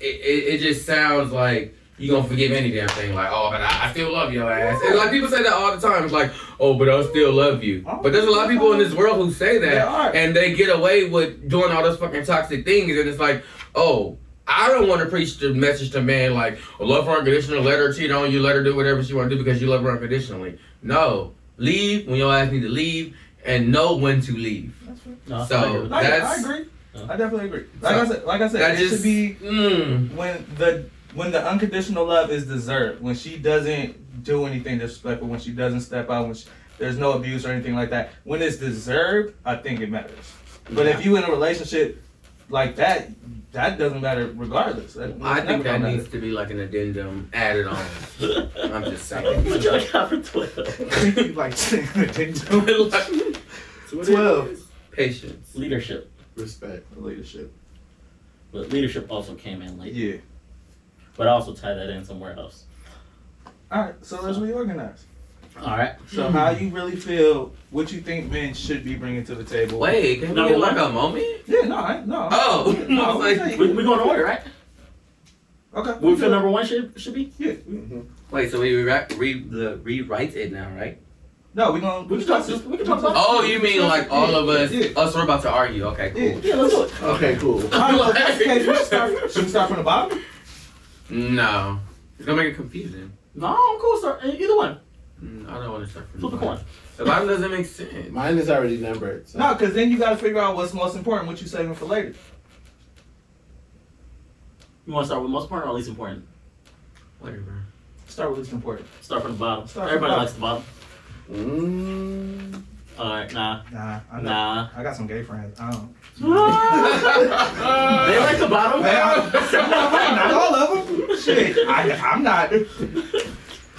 it, it, it just sounds like you gonna forgive any damn thing. Like oh, but I, I still love your ass. And like people say that all the time. It's like oh, but I still love you. But there's a lot of people in this world who say that
There are.
and they get away with doing all those fucking toxic things, and it's like, oh, I don't want to preach the message to man like love her unconditional, let her cheat on you, let her do whatever she want to do because you love her unconditionally. No, leave when your ass need to leave, and know when to leave.
No,
So-
I agree with that.
Like, I
That's-
agree.
Yeah.
I definitely agree. Like I said, like I said,
That
it
just
should be
mm,
when the when the unconditional love is deserved. When she doesn't do anything disrespectful. When she doesn't step out. When she, there's no abuse or anything like that. When it's deserved, I think it matters. But if you in a relationship like that, that doesn't matter regardless. That-
I
it's
think
never
that
gonna
needs to be like an addendum added on. I'm just saying.
But you only got for 12.
matter. You like saying it didn't do it.
Like,
Twelve.
Patience.
Leadership.
Respect.
leadership.
But leadership also came in late.
Yeah.
But I also tie that in somewhere else.
All right. So let's reorganize.
All right.
So how you really feel? What you think men should be bringing to the table?
Wait, can we
Number
get like
one.
a moment?
Yeah. No. I, no.
Oh, I
No,
was
we
like,
We, we going to order, right?
Okay.
What we feel number one should, should be?
wait, so we re- re- the rewrite it now, right?
No, we gonna
We can talk, we can talk about
Oh, you mean like all of us?
Yeah.
Us, we're about to argue. Okay,
Yeah.
cool.
Yeah, let's do it.
Okay, cool.
All right, if that's the case, we should start. Should we start from the bottom?
No, it's gonna make it confusing.
No, I'm cool, sir. Uh, Either one.
Mm, I don't want to start from
Flip
the
a coin.
bottom. The bottom doesn't make sense.
Mine is already numbered. So.
No, because then you gotta figure out what's most important, what you saving for later.
You want to start with most important or least important?
Whatever.
Start with what's important.
Start from the bottom.
Start from
Everybody
the
likes the bottom.
Mm.
All right, nah,
Nah, I know.
nah.
I got some gay friends. I don't.
they like the bottom.
not all of them. Shit, I, I'm not.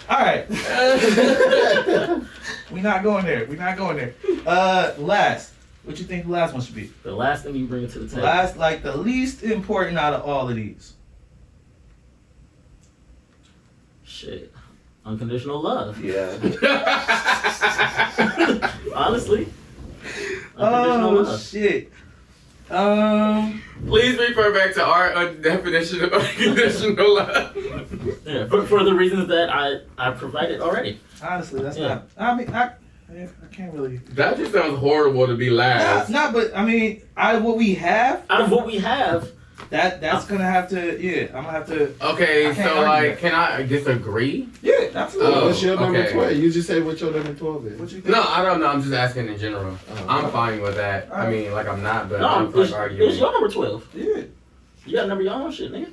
All right, we not going there. we not going there. Uh, last. What you think the last one should be?
the last thing you bring to the
The
table.
last, like the least important out of all of these.
Shit. Unconditional love.
Yeah.
Honestly. Unconditional
Oh
love.
shit. Um.
Please refer back to our uh, definition of unconditional love.
Yeah, for, for the reasons that I, I provided already.
Honestly, that's
Yeah.
not. I mean, I. I can't really.
That just sounds horrible to be
Nah,
last.
nah, but I mean, out of what we have,
Out of what we have,
that that's gonna have to. Yeah, I'm gonna have to. I
Okay,
can't
so
argue that.
like, can I disagree?
Yeah, absolutely.
What's your number
okay.
12? You just say what your number 12 is.
What you think?
No, I don't know. I'm just asking in general.
Oh.
I'm fine with that. I mean, like, I'm not, but I'm
no,
like
it's,
arguing.
it's your number 12.
Yeah,
You got a number your own shit, nigga.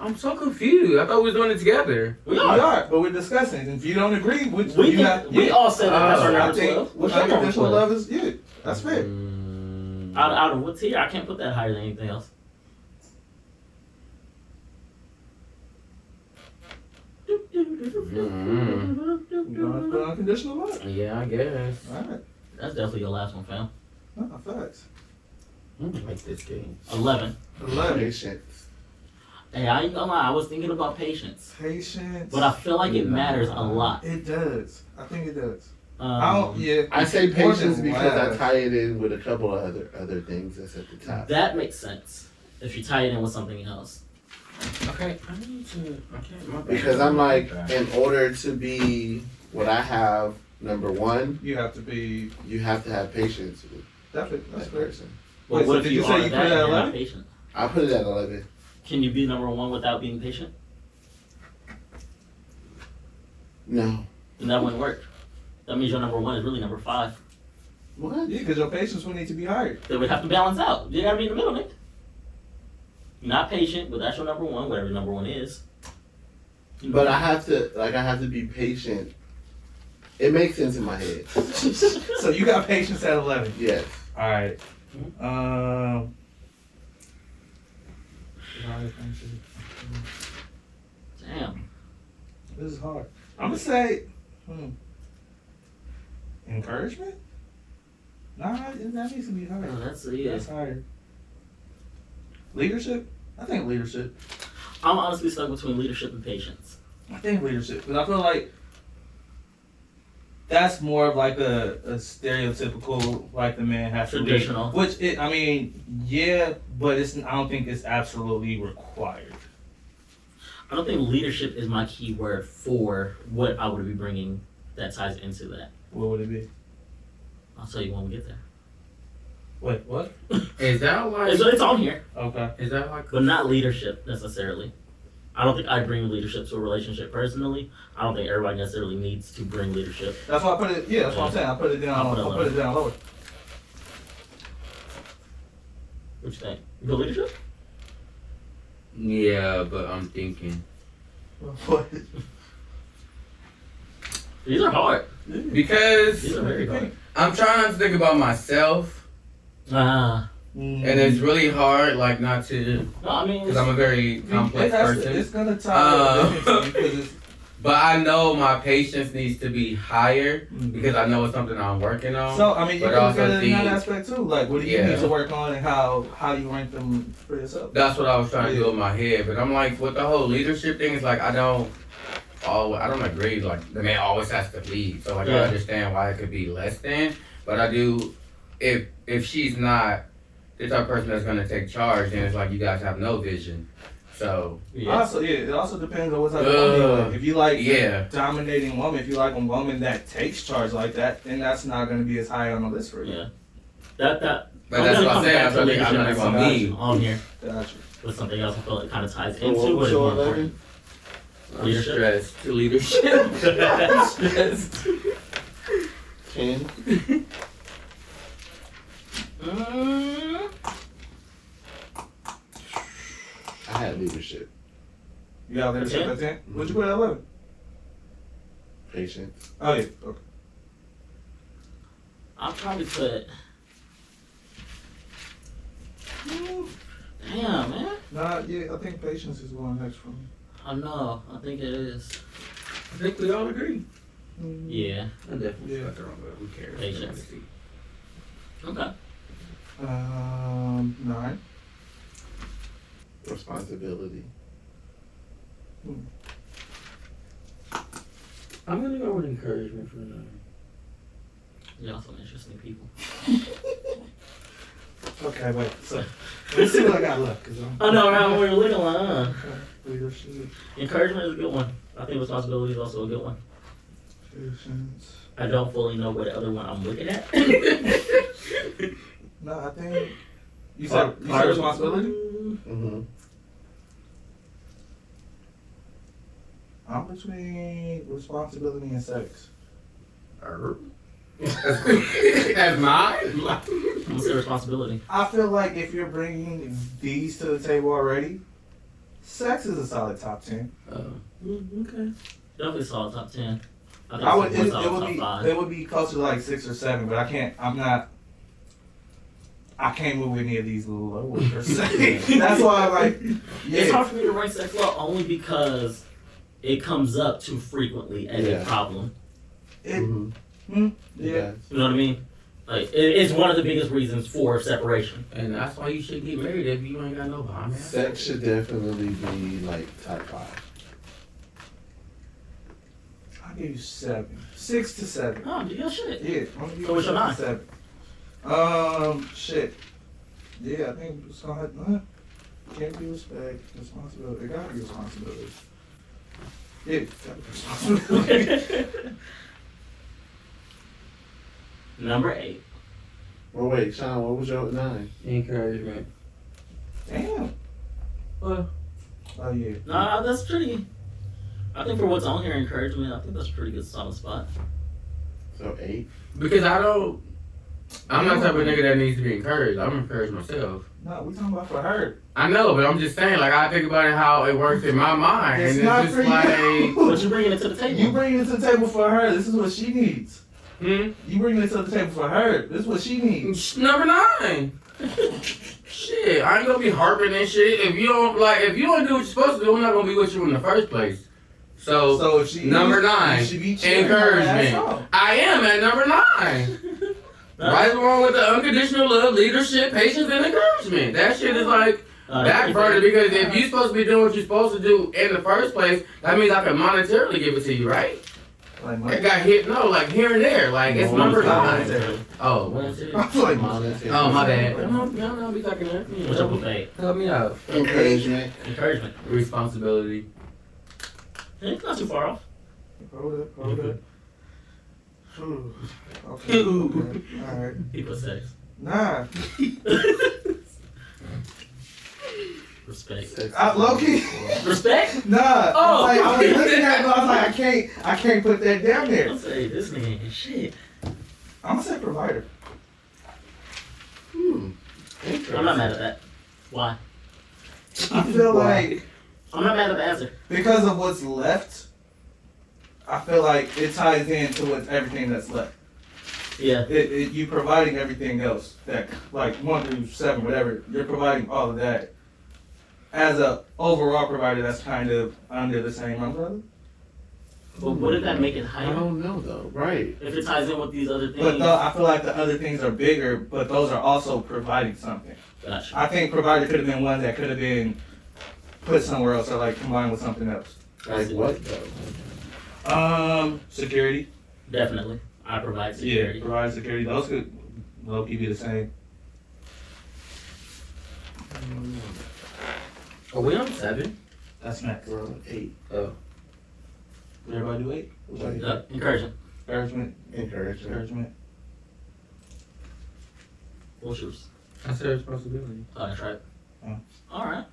I'm so confused. I thought we was doing it together.
We
we
are.
are, but we're discussing. If you don't agree, which
We,
you
can-
have,
we
yeah.
all said that that's
Uh,
our
I
number
think
12. What's your number
unconditional
12?
love is yeah. That's fair.
Mm.
Out, out of what's here, I can't put that higher than anything else.
You don't have to put unconditional love.
Mm-hmm. Yeah, I guess.
All right,
That's definitely your last one, fam.
no facts.
I like this game.
11.
Love,
Patience.
Hey, I ain't gonna lie, I was thinking about patience.
patience.
But I feel like it matters a lot.
It does. I think it does.
Um,
I don't. Yeah.
I
it's
say
more
patience
than
because I
love.
tie it in with a couple of other other things that's at the top.
That makes sense if you tie it in with something else.
Okay, I need to. I can't. My bad.
Because I'm like, in order to be what I have, number one,
You have to be.
you have to have patience with
Definitely. That's
that
fair.
person.
But
Wait,
what
so
if
did
you,
you say
are
you put it
that
at
and not
11?
patient?
I put it at 11.
Can you be number one without being patient?
No.
Then that wouldn't work. That means your number one is really number five.
What?
Yeah, because your patience would need to be higher.
They would have to balance out. You gotta be in the middle, nigga. You're not patient, but that's your number one, whatever your number one is. You know-
But I have to, like, I have to be patient. It makes sense in my head.
So you got patience at eleven.
Yes.
All right.
Hmm?
Um. This
Damn.
is hard. I'm gonna say hmm, encouragement. Nah, that that needs to be
Oh,
higher.
that's yeah.
That's higher. Leadership. I think leadership.
I'm honestly stuck between leadership and patience.
I think leadership because I feel like that's more of like a, a stereotypical like the man has to lead.
Traditional.
Which it, I mean, yeah, but it's I don't think it's absolutely required.
I don't think leadership is my key word for what I would be bringing that ties into that.
What would it be?
I'll tell you when we get there.
Wait, what?
Is that like?
It's, it's on here.
Okay.
Is that like?
but not leadership necessarily. I don't think I bring leadership to a relationship personally. I don't think everybody necessarily needs to bring leadership.
That's why I put it. Yeah, that's what I'm saying. I put it down.
I'll
I
put it
put it down lower.
What you think? You put leadership?
Yeah, but I'm thinking
What?
These are hard. These
because
are very hard.
I'm trying not to think about myself,
Ah,
and it's
Mm.
really hard, like not to,
no, I mean,
because I'm a very
It
complex
has to,
person.
it's gonna
Uh,
tie because
But I know my patience needs to be higher
it's.
because I know it's something I'm working on.
So I mean, you
Mm. But
can look
also
at it in that
the-
aspect too. Like, what do you
Yeah.
need to work on, and how how you rank them for yourself?
That's what I was trying to do in my head, but I'm like, with the whole leadership thing, it's like I don't, always, I don't agree. Like the man always has to lead, so like
Yeah.
I understand why it could be less than, but I do, if if she's not the type of person that's gonna take charge, then it's like you guys have no vision. So
yeah.
Also, yeah, it also depends on what type of
Uh,
woman you like. If you like
yeah,
dominating woman, if you like a woman that takes charge like that, then that's not going to be as high on the list for you.
yeah. That that
but
I'm
that's
gonna
what I'm
come
saying.
back
I
to
feel like I'm not
leadership
gonna
and
lead.
on here
Gotcha.
with something else. I feel like kind of ties
So what
into
was
what is
your
more
11?
important.
I'm
Leadership?
stressed to leadership. I'm stressed.
10.
Mm,
I had leadership.
You got leadership
Okay.
at 10? What'd you put at 11?
Patient.
Oh yeah. Okay.
I'll probably put. Damn, man.
Nah, yeah, I think patience is going next for me.
I know. I think it is.
I think we all agree.
Yeah.
I definitely
Yeah.
got the wrong way. Who cares?
Patience. Okay.
Um, nine.
Responsibility.
I'm gonna go with encouragement for nine.
Y'all some interesting people.
Okay, wait. So let's see what I got left. Cause I'm
I know, right? When we were looking like, uh,
leadership,
encouragement is a good one. I think responsibility is also a good one.
patience.
I don't fully know what other one I'm looking at.
No, I think you
Part-
said you said
part of-
responsibility.
Mm-hmm.
I'm between responsibility and sex.
Err. As mine?
I'm gonna say responsibility.
I feel like if you're bringing these to the table already, sex is a solid top ten.
Oh.
Mm-hmm,
Mm, okay.
Definitely solid top ten. I, think
I would.
it's
It,
solid
it would
top
be. uh,
five.
It would be closer to like six or seven, but I can't. I'm not. I can't move any of these lower. That's why, like,
It's
yeah,
hard for me to rank sex law only because it comes up too frequently as a
Yeah.
problem.
it,
Mm-hmm.
yeah.
You know what I mean? Like it, it's one of the biggest reasons for separation.
And that's why you should get married if you ain't got no bomb.
Sex should definitely be like top five.
I give you seven, six to seven.
Oh, do your shit.
Yeah, I'm gonna give
So
it
what's
seven
your nine?
Seven. Um, shit. Yeah, I think it's gonna have none. Can't be respect, responsibility. It gotta be responsibility. Yeah, gotta be responsibility.
Number eight.
Well, Oh, wait, Sean, what was your nine?
Encouragement.
Damn.
Well,
Oh yeah.
Nah, that's pretty. I think for what's on here, encouragement. I think that's a pretty good solid spot.
So eight.
because I don't. I'm not the type of nigga that needs to be encouraged. I'm encouraged myself.
No, we talking about for her.
I know, but I'm just saying, like, I think about it how it works in my mind.
It's
and
not
it's
for
just like,
But
you.
you're bringing it to the table.
you bring it to the table for her. This is what she needs.
hmm?
You bring it to the table for her. This is what she needs.
Sh- hmm? Number nine. shit, I ain't gonna be harping and shit. If you don't, like, if you don't do what you're supposed to do, I'm not gonna be with you in the first place. So,
So if she
number nine,
she be cheering her
encouragement.
ass off.
I am at number nine.
Uh,
Right along with the unconditional love, leadership, patience, and encouragement. That shit is like
uh,
back
if-
burner because if you're supposed to be doing what you're supposed to do in the first place, that means I can monetarily give it to you, right?
Like,
It
my-
got hit, no, like here and there. Like, it's number
Monetary.
nine. Oh,
One, two.
I'm like,
Monetary.
Oh, my bad. No, no, no, be talking to me.
What's up with eight?
Help me out.
Encouragement.
Encouragement.
Responsibility.
Eh, It's not too far off.
Hold up, hold up. Ooh, Okay. okay. All right.
He put sex.
Nah.
Respect.
Sex.
I, low key.
Respect?
Nah.
Oh.
I was like, I was looking at it, but I was like, I can't, I can't put that down there.
I'm saying this nigga ain't shit.
I'm gonna say provider.
Hmm.
I'm not mad at that. Why?
I feel like
I'm not mad at the answer.
because of what's left, I feel like it ties into what's everything that's left.
Yeah.
It, it, you providing everything else that like one through seven, whatever. You're providing all of that. As a overall provider, that's kind of under the same umbrella.
But wouldn't that make it
I
higher?
don't know though. Right.
If it ties in with these other
But uh,
things.
though I feel like the other things are bigger, but those are also providing something.
Gotcha.
I think provider could have been one that could have been put somewhere else or like combined with something else.
I
Like
see.
what though?
Um, security.
Definitely. I provide security.
Yeah, provide security. Those could low key be the same.
Are Oh, we on seven?
That's next.
We're on eight.
Everybody do eight.
Like,
Uh, encouragement.
Encouragement.
Encouragement.
Encouragement.
Bull shoes.
I said responsibility.
Oh, that's right.
Yeah.
All right.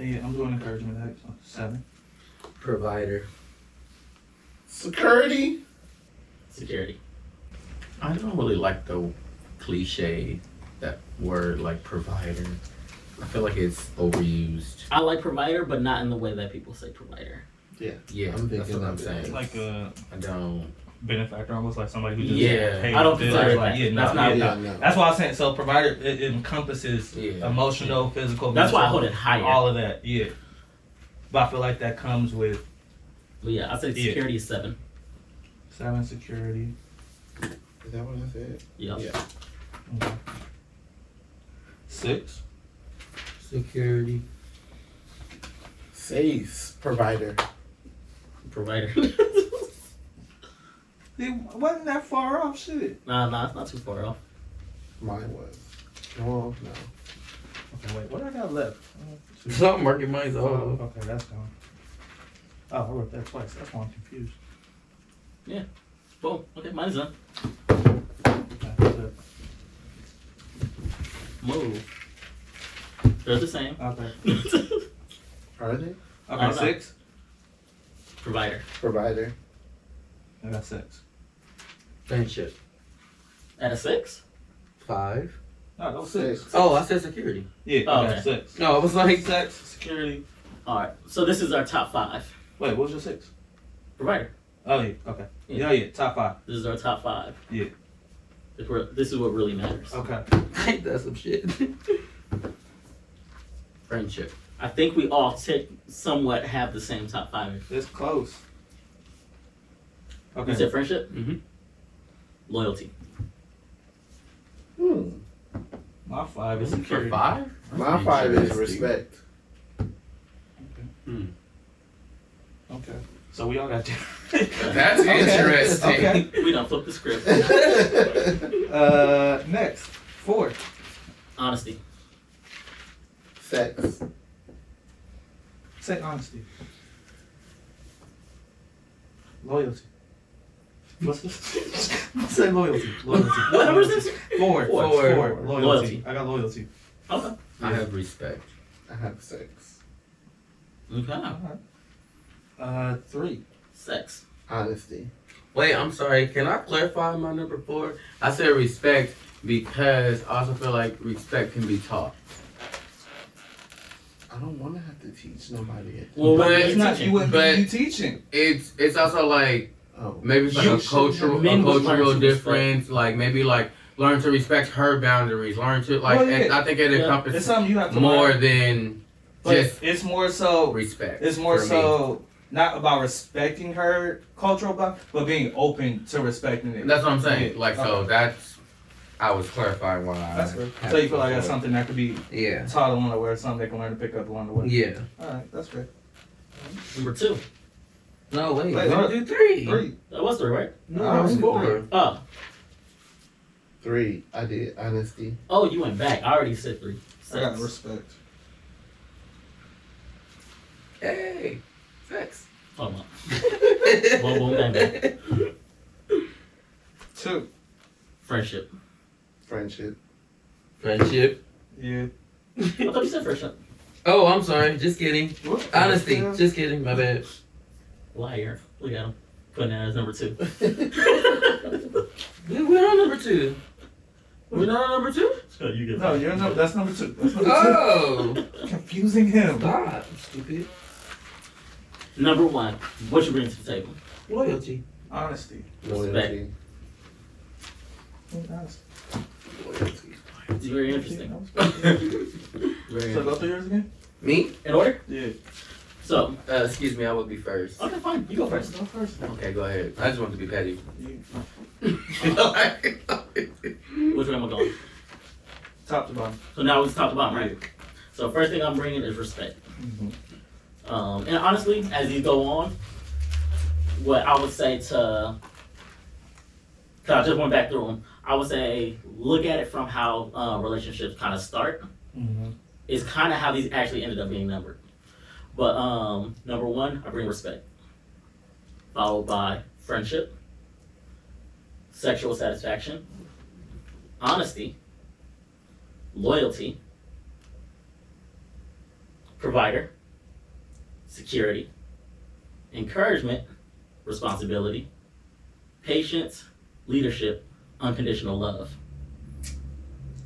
Yeah, I'm doing encouragement. That's Seven.
Provider.
Security.
Security.
I don't really like the cliche, that word, like provider. I feel like it's overused.
I like provider, but not in the way that people say provider.
Yeah,
I'm thinking
that's what I'm
of it.
saying.
Like a
I don't.
benefactor, almost like somebody who just
Yeah,
paid
I don't
bills,
consider
like,
that.
yeah, no,
That's
yeah,
not-
no.
yeah, no.
That's why I'm saying so. Provider it encompasses
Yeah.
emotional,
Oh,
physical.
That's why I
mental,
hold it higher.
All of that, yeah. But I feel like that comes with
But yeah, I said
Yeah.
security is seven.
seven security.
Is that what I said?
Yeah.
Yeah.
Six.
Security.
Safe provider.
Provider.
It wasn't that far off, shit.
nah, nah, it's not too far off.
Mine was. Oh no.
Okay, wait, what I got left?
Stock market money's all.
okay, that's gone. Oh, I wrote that twice. That's why I'm confused.
Boom. Okay, mine's done.
Okay,
Move. They're the same.
okay.
Are they
Alright.
six.
Provider.
provider?
I got six.
Friendship.
At a six?
Five.
No, that was six.
Oh, I said security.
Yeah,
Oh,
I
okay.
got six.
No, I was like
Sex, security.
Alright. So this is our top five.
Wait, what was your six?
Provider.
Oh yeah, okay.
Yeah.
Yeah, yeah, top five.
This is our top five.
Yeah.
If we're, this is what really matters.
Okay.
ain't that some shit?
Friendship. I think we all tick somewhat have the same top five.
It's close.
You
Okay. Mm-hmm.
said friendship?
Mhm.
Loyalty.
Hmm.
My five is
For
security.
five?
My five is
Interesting.
respect.
Okay. So we all got
That's interesting.
Okay.
We don't flip the script.
Uh next. Four.
Honesty.
Sex.
Say honesty. Loyalty. What's this? Say loyalty. Loyalty.
What number is this?
Four.
Four.
Four.
Four.
Loyalty.
Loyalty.
I got loyalty.
Okay.
I have respect.
I have sex.
Okay.
Uh three.
Sex.
Honesty.
Wait, I'm sorry. Can I clarify my number four? I said respect because I also feel like respect can be taught.
I don't want to have to teach nobody. It.
Well,
But
what are
it's
It's not you wouldn't
But-
be teaching.
It's it's also like
Oh.
maybe it's like
You
a
should-
cultural a
men would learn
cultural
to
difference. Like maybe like learn to respect her boundaries. Learn to like.
Well, yeah.
and I think it
Yeah.
It's
encompasses
something you have to
more
learn.
than
But
just
it's more so
respect.
It's more
for me.
so not about respecting her cultural bound, but being open to respecting it.
That's what I'm saying.
Yeah.
Like so
Okay.
that's I was clarifying why. I
That's fair.
had
So you feel like
before.
that's something that could be
Yeah.
taught along the way, or something they can learn to pick up along the way.
Yeah.
All right, that's great.
Number two.
No wait.
Wait,
no,
no.
do three.
Three.
That was three, right?
No,
I
that was
was
four.
Oh.
Three. I did honesty.
Oh, you went back. I already said three.
I got
Sex.
respect.
Hey. Sex.
Hold on. Boom, boom, bang, bang.
Two.
Friendship.
Friendship.
Friendship.
Yeah.
I thought you said friendship.
Oh, I'm sorry. Just kidding.
What?
Honesty.
Yeah.
Just kidding. My bad.
Liar. Look at him. Putting that as number two.
We- We're on number two. We're not on number two?
so you get
No, you're number. That's number two. That's number
Oh.
two. Confusing him.
Stop. Stupid.
Number one. What you bring to the table?
Loyalty.
Honesty.
Loyalty.
Honesty.
Loyalty.
It's very interesting. Very
So go
interesting.
through yours again.
Me?
In order?
Yeah.
So,
Uh, excuse me. I would be first.
okay, fine. You go first.
Go first.
Okay, go ahead. I just want to be petty.
You-
Which way am I going?
Top to bottom.
So now it's top to bottom, right? So first thing I'm bringing is respect.
Mhm.
Um, and honestly, as you go on, what I would say to, cause I just went back through them. I would say look at it from how uh, relationships kind of start.
Mhm.
Is kind of how these actually ended up being numbered. But um, number one, I bring respect, followed by friendship, sexual satisfaction, honesty, loyalty, provider, security, encouragement, responsibility, patience, leadership, unconditional love.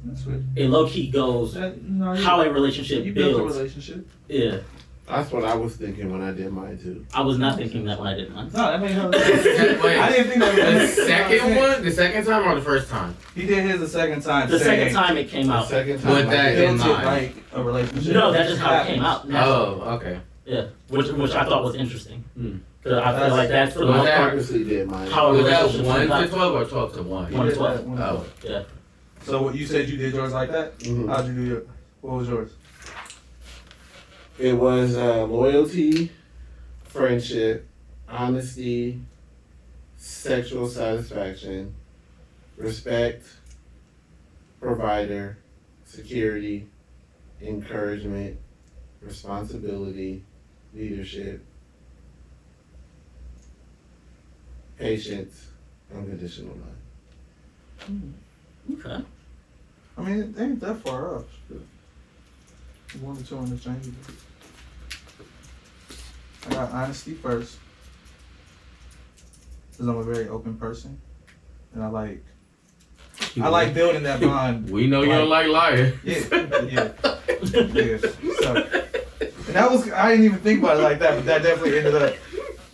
That's weird.
It low key goes
That, no, you-
how a relationship
you built a
Uh, builds.
relationship.
Yeah.
That's what I was thinking when I did mine too.
I was not thinking that when I did mine.
No, that made no I
Wait,
didn't think that
the
was
second one, the second time or the first time?
He did his the second time.
The
saying,
second time it came
The
out.
second time,
With
I
that
did
in
built it
mind.
like a relationship.
No, that's just how it came
Happens.
out.
Oh, okay.
Yeah, which which I thought was interesting.
Hmm.
'Cause I feel like that's for the
Was
most
that-
part
purposely did mine.
How-
Was that
Oh, Relationship
one to
impact.
twelve or twelve to one?
one
You
to
did that
twelve.
one.
Oh,
Yeah,
So what you said you did yours like that?
Mhm.
How'd you do your? What was yours?
It was uh, loyalty, friendship, honesty, sexual satisfaction, respect, provider, security, encouragement, responsibility, leadership, patience, unconditional love.
okay.
I mean, it ain't that far off. One or two interchangeable. I got honesty first, because I'm a very open person, and I like I like building that bond
We know you don't like liars.
Yeah, yeah, yeah. So, and that was I didn't even think about it like that, but that definitely ended up.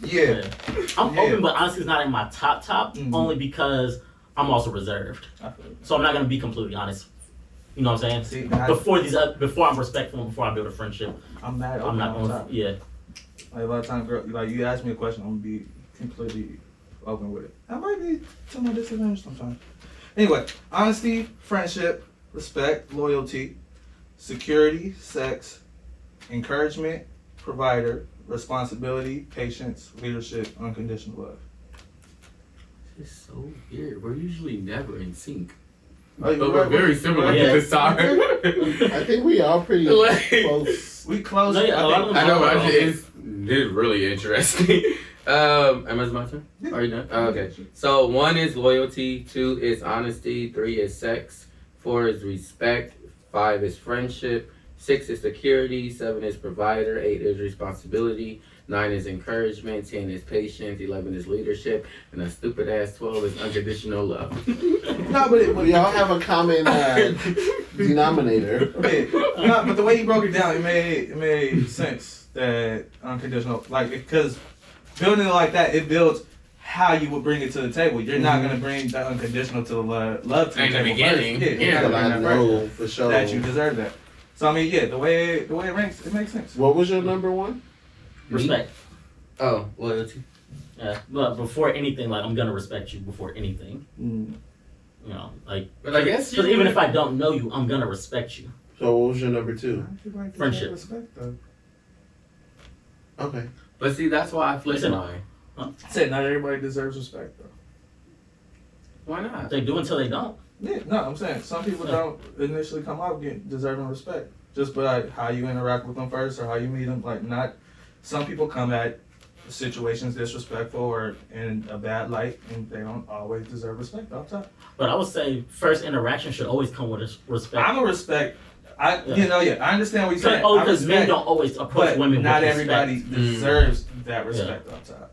Yeah,
I'm
Yeah.
open, but honestly, it's not in my top top
Mhm.
only because I'm also reserved.
I feel it.
So I'm not gonna be completely honest. You know what I'm saying?
See, and I,
before these, uh, before I'm respectful, and before I build a friendship,
I'm mad.
I'm not
going.
going.
Like
Yeah,
a lot of times, girl, like you ask me a question, I'm gonna be completely open with it. I might be to my disadvantage sometimes. Anyway, honesty, friendship, respect, loyalty, security, sex, encouragement, provider, responsibility, patience, leadership, unconditional love.
It's so weird. We're usually never in sync.
Oh, you
But we're
right.
very similar
Yeah.
at this time.
I think we all pretty
Like-
close.
We close.
No, yeah, a
I
lot
think-
of them
I know,
are-
but it's, it's really interesting. um, am I my turn? Are you done? Oh, okay. So one is loyalty, two is honesty, three is sex, four is respect, five is friendship, six is security, seven is provider, eight is responsibility, nine is encouragement, ten is patience, eleven is leadership, and a stupid ass twelve is unconditional love.
No, but it,
We all have a common uh, denominator.
yeah. no, but the way you broke it down, it made it made sense that unconditional, like because building it like that, it builds how you would bring it to the table. You're not gonna bring the unconditional to the love, love to
Mm-hmm. In the
table
beginning,
first.
yeah,
you're
Because
not
I
gonna bring that,
know for
first,
sure.
that you deserve that. So I mean, yeah, the way the way it ranks, it makes sense.
What was your number one?
respect.
Oh, loyalty.
Yeah, but before anything, like I'm gonna respect you before anything.
Mm.
You know, like
But I guess
because even if I don't know you, I'm gonna respect you.
So what was your number two?
Friendship.
Respect, though.
Okay.
But see, that's why I flipped
Listen.
mine.
I said not everybody deserves respect though.
Why not?
They do until they don't.
Yeah, no, I'm saying some people don't initially come out getting deserving respect just by how you interact with them first or how you meet them. Like, not some people come at situations disrespectful or in a bad light, and they don't always deserve respect off top.
But I would say first interaction should always come with res- respect.
I'm a respect. I,
Yeah.
you know, yeah, I understand what you're
Because
saying.
oh,
I
because men
respect,
don't always approach
but
women
not
with
everybody
respect. Mm.
deserves that respect off top.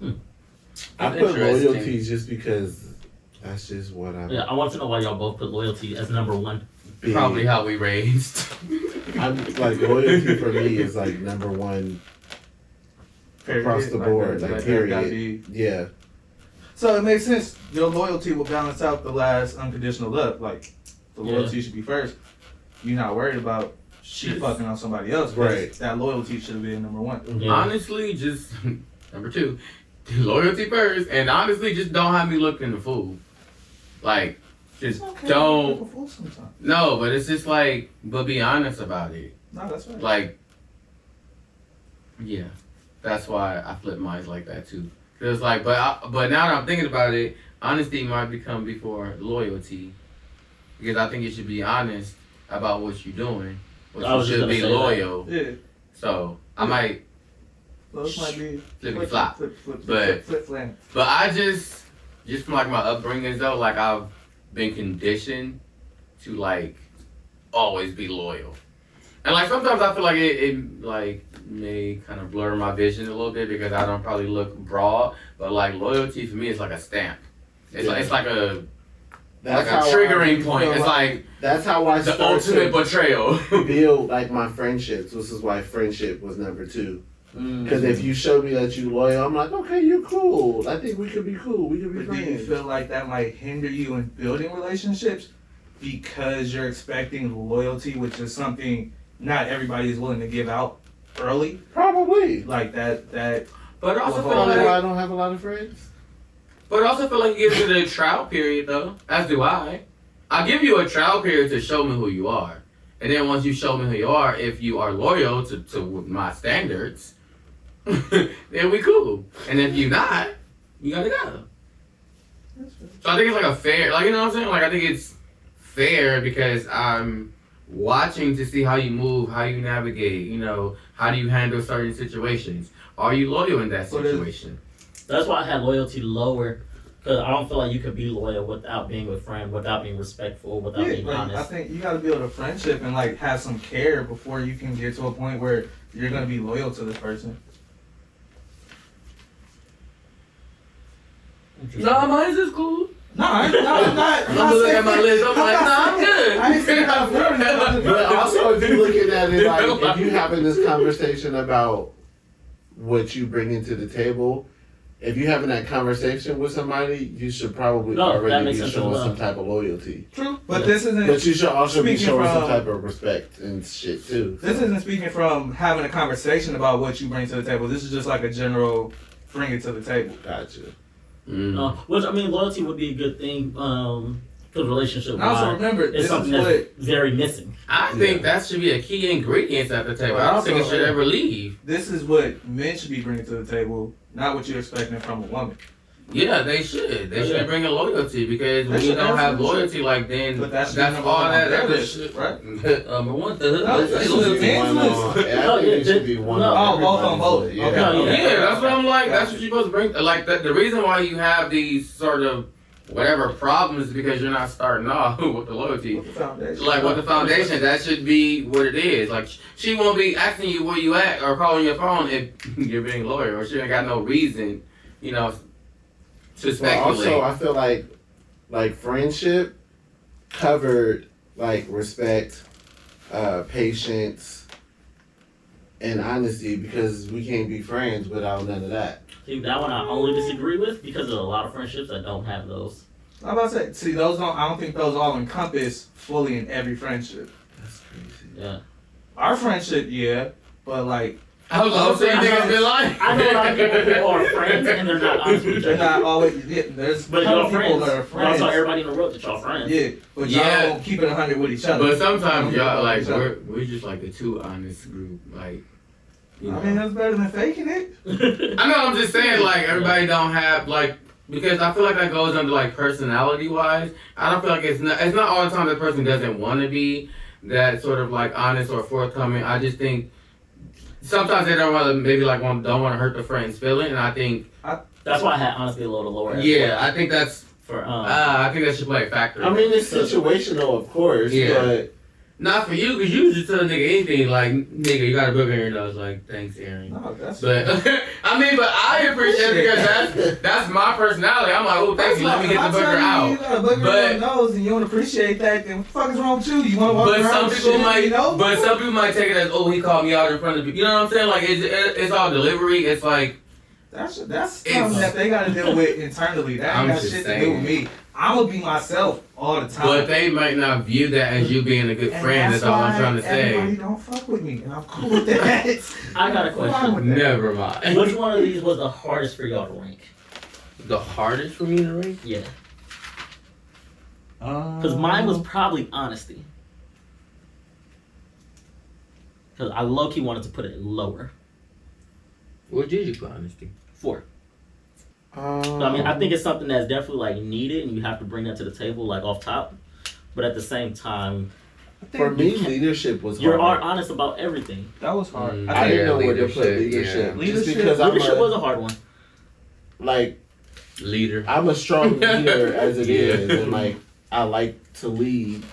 I
That's
put
interesting.
loyalty just because that's just what I'm.
Yeah, I want to know why y'all both put loyalty as number one.
big-
Probably how we raised.
I'm like loyalty for me is like number one.
Period.
Across the
Like,
board, like,
there gotta
period.
be-
Yeah.
So it makes sense. Your loyalty will balance out the last unconditional love. Like the
Yeah.
loyalty should be first. You're not worried about she
Yes.
fucking on somebody else. 'cause
Right.
That loyalty should be number one.
Mm-hmm.
Yeah.
Honestly, just number two, loyalty first, and honestly, just don't have me looking the fool. Like, just
People
don't.
fool sometimes.
No, but it's just like, but be honest about it.
No, that's right.
Like, yeah, that's why I flip mine like that too. Cause like, but I, but now that I'm thinking about it, honesty might become before loyalty, because I think you should be honest about what you're doing, but
I
you
was just
should
gonna
be
say that.
loyal.
yeah.
So I might
Those might be
Flippity flop.
Flip, flip, flip, flip,
But-
flip, flip.
But I just, just from like my upbringing though, like I've been conditioned to like always be loyal, and like sometimes I feel like it, it like may kind of blur my vision a little bit because I don't probably look broad, but like loyalty for me is like a stamp. It's like it's like a
That's
like a
how I
triggering point.
feel
It's like
That's how I
the
started
ultimate
to
betrayal.
build like my friendships. This is why friendship was number two.
Mm.
Because if you show me that you loyal, I'm like, okay, you're cool. I think we could be cool. We could be
But do you
friends.
feel like that might hinder you in building relationships because you're expecting loyalty, which is something not everybody is willing to give out early?
Probably.
Like that, that
But I also
Well,
feel
Probably why
like,
I don't have a lot of friends.
but I also feel like you give it a trial period though. As do I. I give you a trial period to show me who you are, and then once you show me who you are, if you are loyal to to my standards, then we cool. And if you not, you gotta go. So I think it's like a fair, like you know what I'm saying. Like I think it's fair because I'm watching to see how you move, how you navigate. You know, how do you handle certain situations? Are you loyal in that
What is-
situation?
That's why I had loyalty lower. Because I don't feel like you could be loyal without being a friend, without being respectful, without
Yeah,
being
like, I
honest.
think you got to build a friendship and like have some care before you can get to a point where you're gonna be loyal to this person.
No, mine's is cool.
No, I'm not. I'm not,
I'm looking at my list. I'm like, nah, I'm good.
I ain't seen how to form that.
But also, if you look at that, and like, if you having this conversation about what you bring into the table, if you having that conversation with somebody, you should probably
No, that
already
makes
be
sense
showing
as well.
some type of loyalty.
True, but this isn't.
But you should also be
Speaking
showing some
from-
type of respect and shit too.
This isn't speaking from having a conversation about what you bring to the table. This is just like a general bring it to the table.
Gotcha.
Uh, which I mean, loyalty would be a good thing. Um, the relationship
And also
wise
remember,
is
this
something
is
that's
what
very missing.
I think that should be a key ingredient at the table. I don't think it should ever leave.
this is what men should be bringing to the table, not what you're expecting from a woman.
Yeah, they should. They
Yeah.
should bring a loyalty because when
They
you
should
don't have
absolutely
loyalty, like then
But
that's,
that's number
all
one on
that
their
other
list,
shit.
right?
um, what the
No,
hell?
that's
They
just
loyalty.
men.
One on- I
No,
think it
yeah,
should be one
no.
on
Oh, both on both.
everybody's list.
Okay.
Yeah.
No,
Yeah, that's what I'm like. That's
Gotcha.
what you're supposed to bring. Like that, the reason why you have these sort of whatever problems is because you're not starting off with the loyalty.
With the foundation.
Like with the foundation, that should be what it is. Like sh- she won't be asking you where you at or calling your phone if you're being loyal, or she ain't got no reason, you know, to
But
speculate.
also, I feel like like friendship covered like respect, uh, patience, and honesty because we can't be friends without none of that.
See, that one I only disagree with because there's a lot of friendships that don't have those.
I'm about to say, see, those don't. I don't think those all encompass fully in every friendship.
That's crazy.
Yeah.
Our friendship, yeah, but like
I was also saying things in life.
I know a lot of people who are friends and they're not honest with each
they're
other.
not always. Yeah, there's
But
some
y'all
people
friends.
that are
But I
friends.
saw everybody in the road that y'all friends.
yeah, but y'all
Yeah.
don't keep it hundred with each other.
But sometimes y'all like we're we're just like the two honest group. Like, you know.
I mean, that's better than faking it.
I know. I'm just saying, like everybody don't have like because I feel like that goes under like personality wise. I don't feel like it's not it's not all the time the person doesn't want to be that sort of like honest or forthcoming. I just think sometimes they don't want to maybe like want don't want to hurt the friend's feeling, and I think
That's why I had honestly a little lower.
yeah, I think that's
For um,
uh, I think that should play a factor.
Uh-huh. I mean, it's situational, of course,
Yeah.
but
not for you because you just tell a nigga anything like nigga you got a book in your nose like thanks Aaron.
No, that's
But I mean, but I appreciate it because that's that's my personality. I'm like, oh, thank you. Let me get the booger out. But-
But knows and you don't appreciate that. Then what the fuck is wrong with you? You want to walk
But
around
some
with
people
shit,
might,
You know?
but some people might take it as, oh, he called me out in front of people. You know what I'm saying? Like it's it's all delivery. It's like
that's that's
It's-
something that they got to deal with internally. That
I'm
ain't got
just
shit to do
saying.
with me. I'm gonna be myself all the time.
But they might not view that as you being a good
And
friend. That's all I'm
why
trying to
Everybody
say.
don't fuck with me, and I'm cool with that.
I got a
Fine
question.
with that.
Never mind.
Which one of these was the hardest for y'all to rank?
The hardest for me to read?
Yeah. Because mine was probably honesty. Because I low key wanted to put it lower.
What did you put honesty?
Four.
Um,
So, I mean, I think it's something that's definitely like needed and you have to bring that to the table, like off top. But at the same time,
for me, leadership was
you are
hard.
honest about everything.
That was hard.
Mm.
I
I think
didn't know where to put
Leadership, yeah.
leadership,
Leadership-
just because I'm
Leadership was
a,
a hard one.
like
Leader.
I'm a strong leader as it
Yeah.
is, and like I like to lead.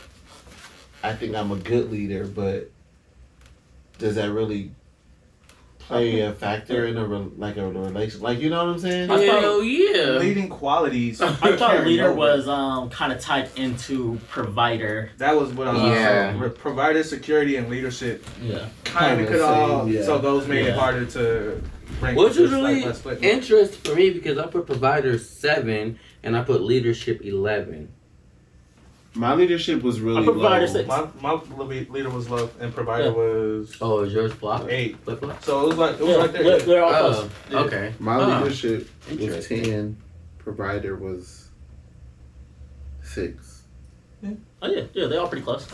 I think I'm a good leader, but does that really play a factor in a re- like a relation? Like you know what I'm saying?
I thought-
Hell oh, yeah.
Leading qualities.
I thought
carry
leader
over.
was um kind of tied into provider.
That was what I was
Yeah.
re- provider security and leadership
Yeah.
kind
Kinda
of could all.
same, yeah.
So those made it
Yeah.
harder to rank.
Which is
just like
really
less split.
interest for me because I put provider seven and I put leadership eleven.
My leadership was really
I put provider
low.
six.
My my le- leader was love and provider
Yeah.
was
Oh, is yours flop?
eight.
Flip flop.
So it was like it was
Yeah,
right there.
they're, they're all
Oh,
close. Yeah.
okay.
My
Ah.
leadership was
Interesting.
ten. Provider was six.
Oh yeah, yeah, they're all pretty close.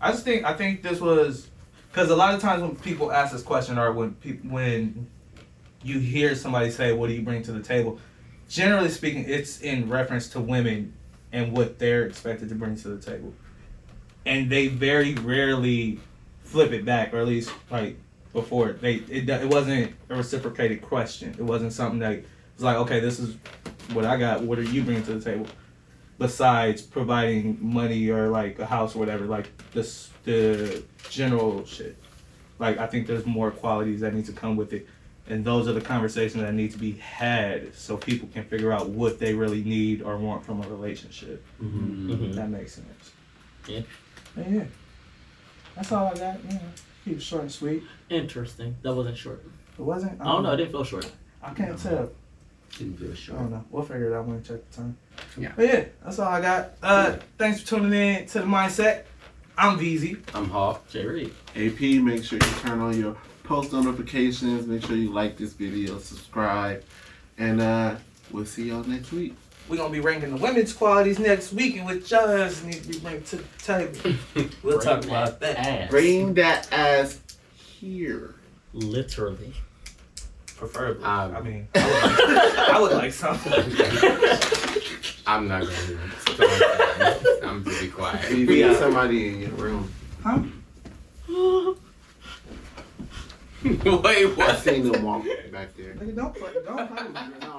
I just think I think this was because a lot of times when people ask this question or when people when you hear somebody say, "What do you bring to the table?" Generally speaking, it's in reference to women and what they're expected to bring to the table, and they very rarely flip it back, or at least like before they it, do- it wasn't a reciprocated question. It wasn't something that was like, "Okay, this is what I got. What are you bringing to the table?" Besides providing money or like a house or whatever, like this the general shit. Like I think there's more qualities that need to come with it, and those are the conversations that need to be had so people can figure out what they really need or want from a relationship.
Mhm.
That makes sense.
Yeah.
But yeah. That's all I got. Yeah. Keep it short and sweet.
Interesting. That wasn't short.
It wasn't. um,
I don't know. It didn't feel short.
I can't tell.
Didn't feel
I
sure.
don't know. We'll figure it out when we check the time.
Yeah.
But yeah, that's all I got. Uh, thanks for tuning in to the mindset. I'm VZ.
I'm hot.
Jay Reed.
AP, make sure you turn on your post notifications. Make sure you like this video, subscribe, and uh, we'll see y'all next week.
We're gonna be ranking the women's qualities next week, and which yours need to be ranked to the table. We'll
Bring
talk about that.
Ass.
Bring that ass here.
Literally.
Preferably.
Um,
I mean, I would like, I would like something.
I'm not gonna do it. I'm gonna be quiet.
You need somebody in your room.
Wait,
I
what?
seen them walk back there.
Nigga, don't play. Don't play with me right now.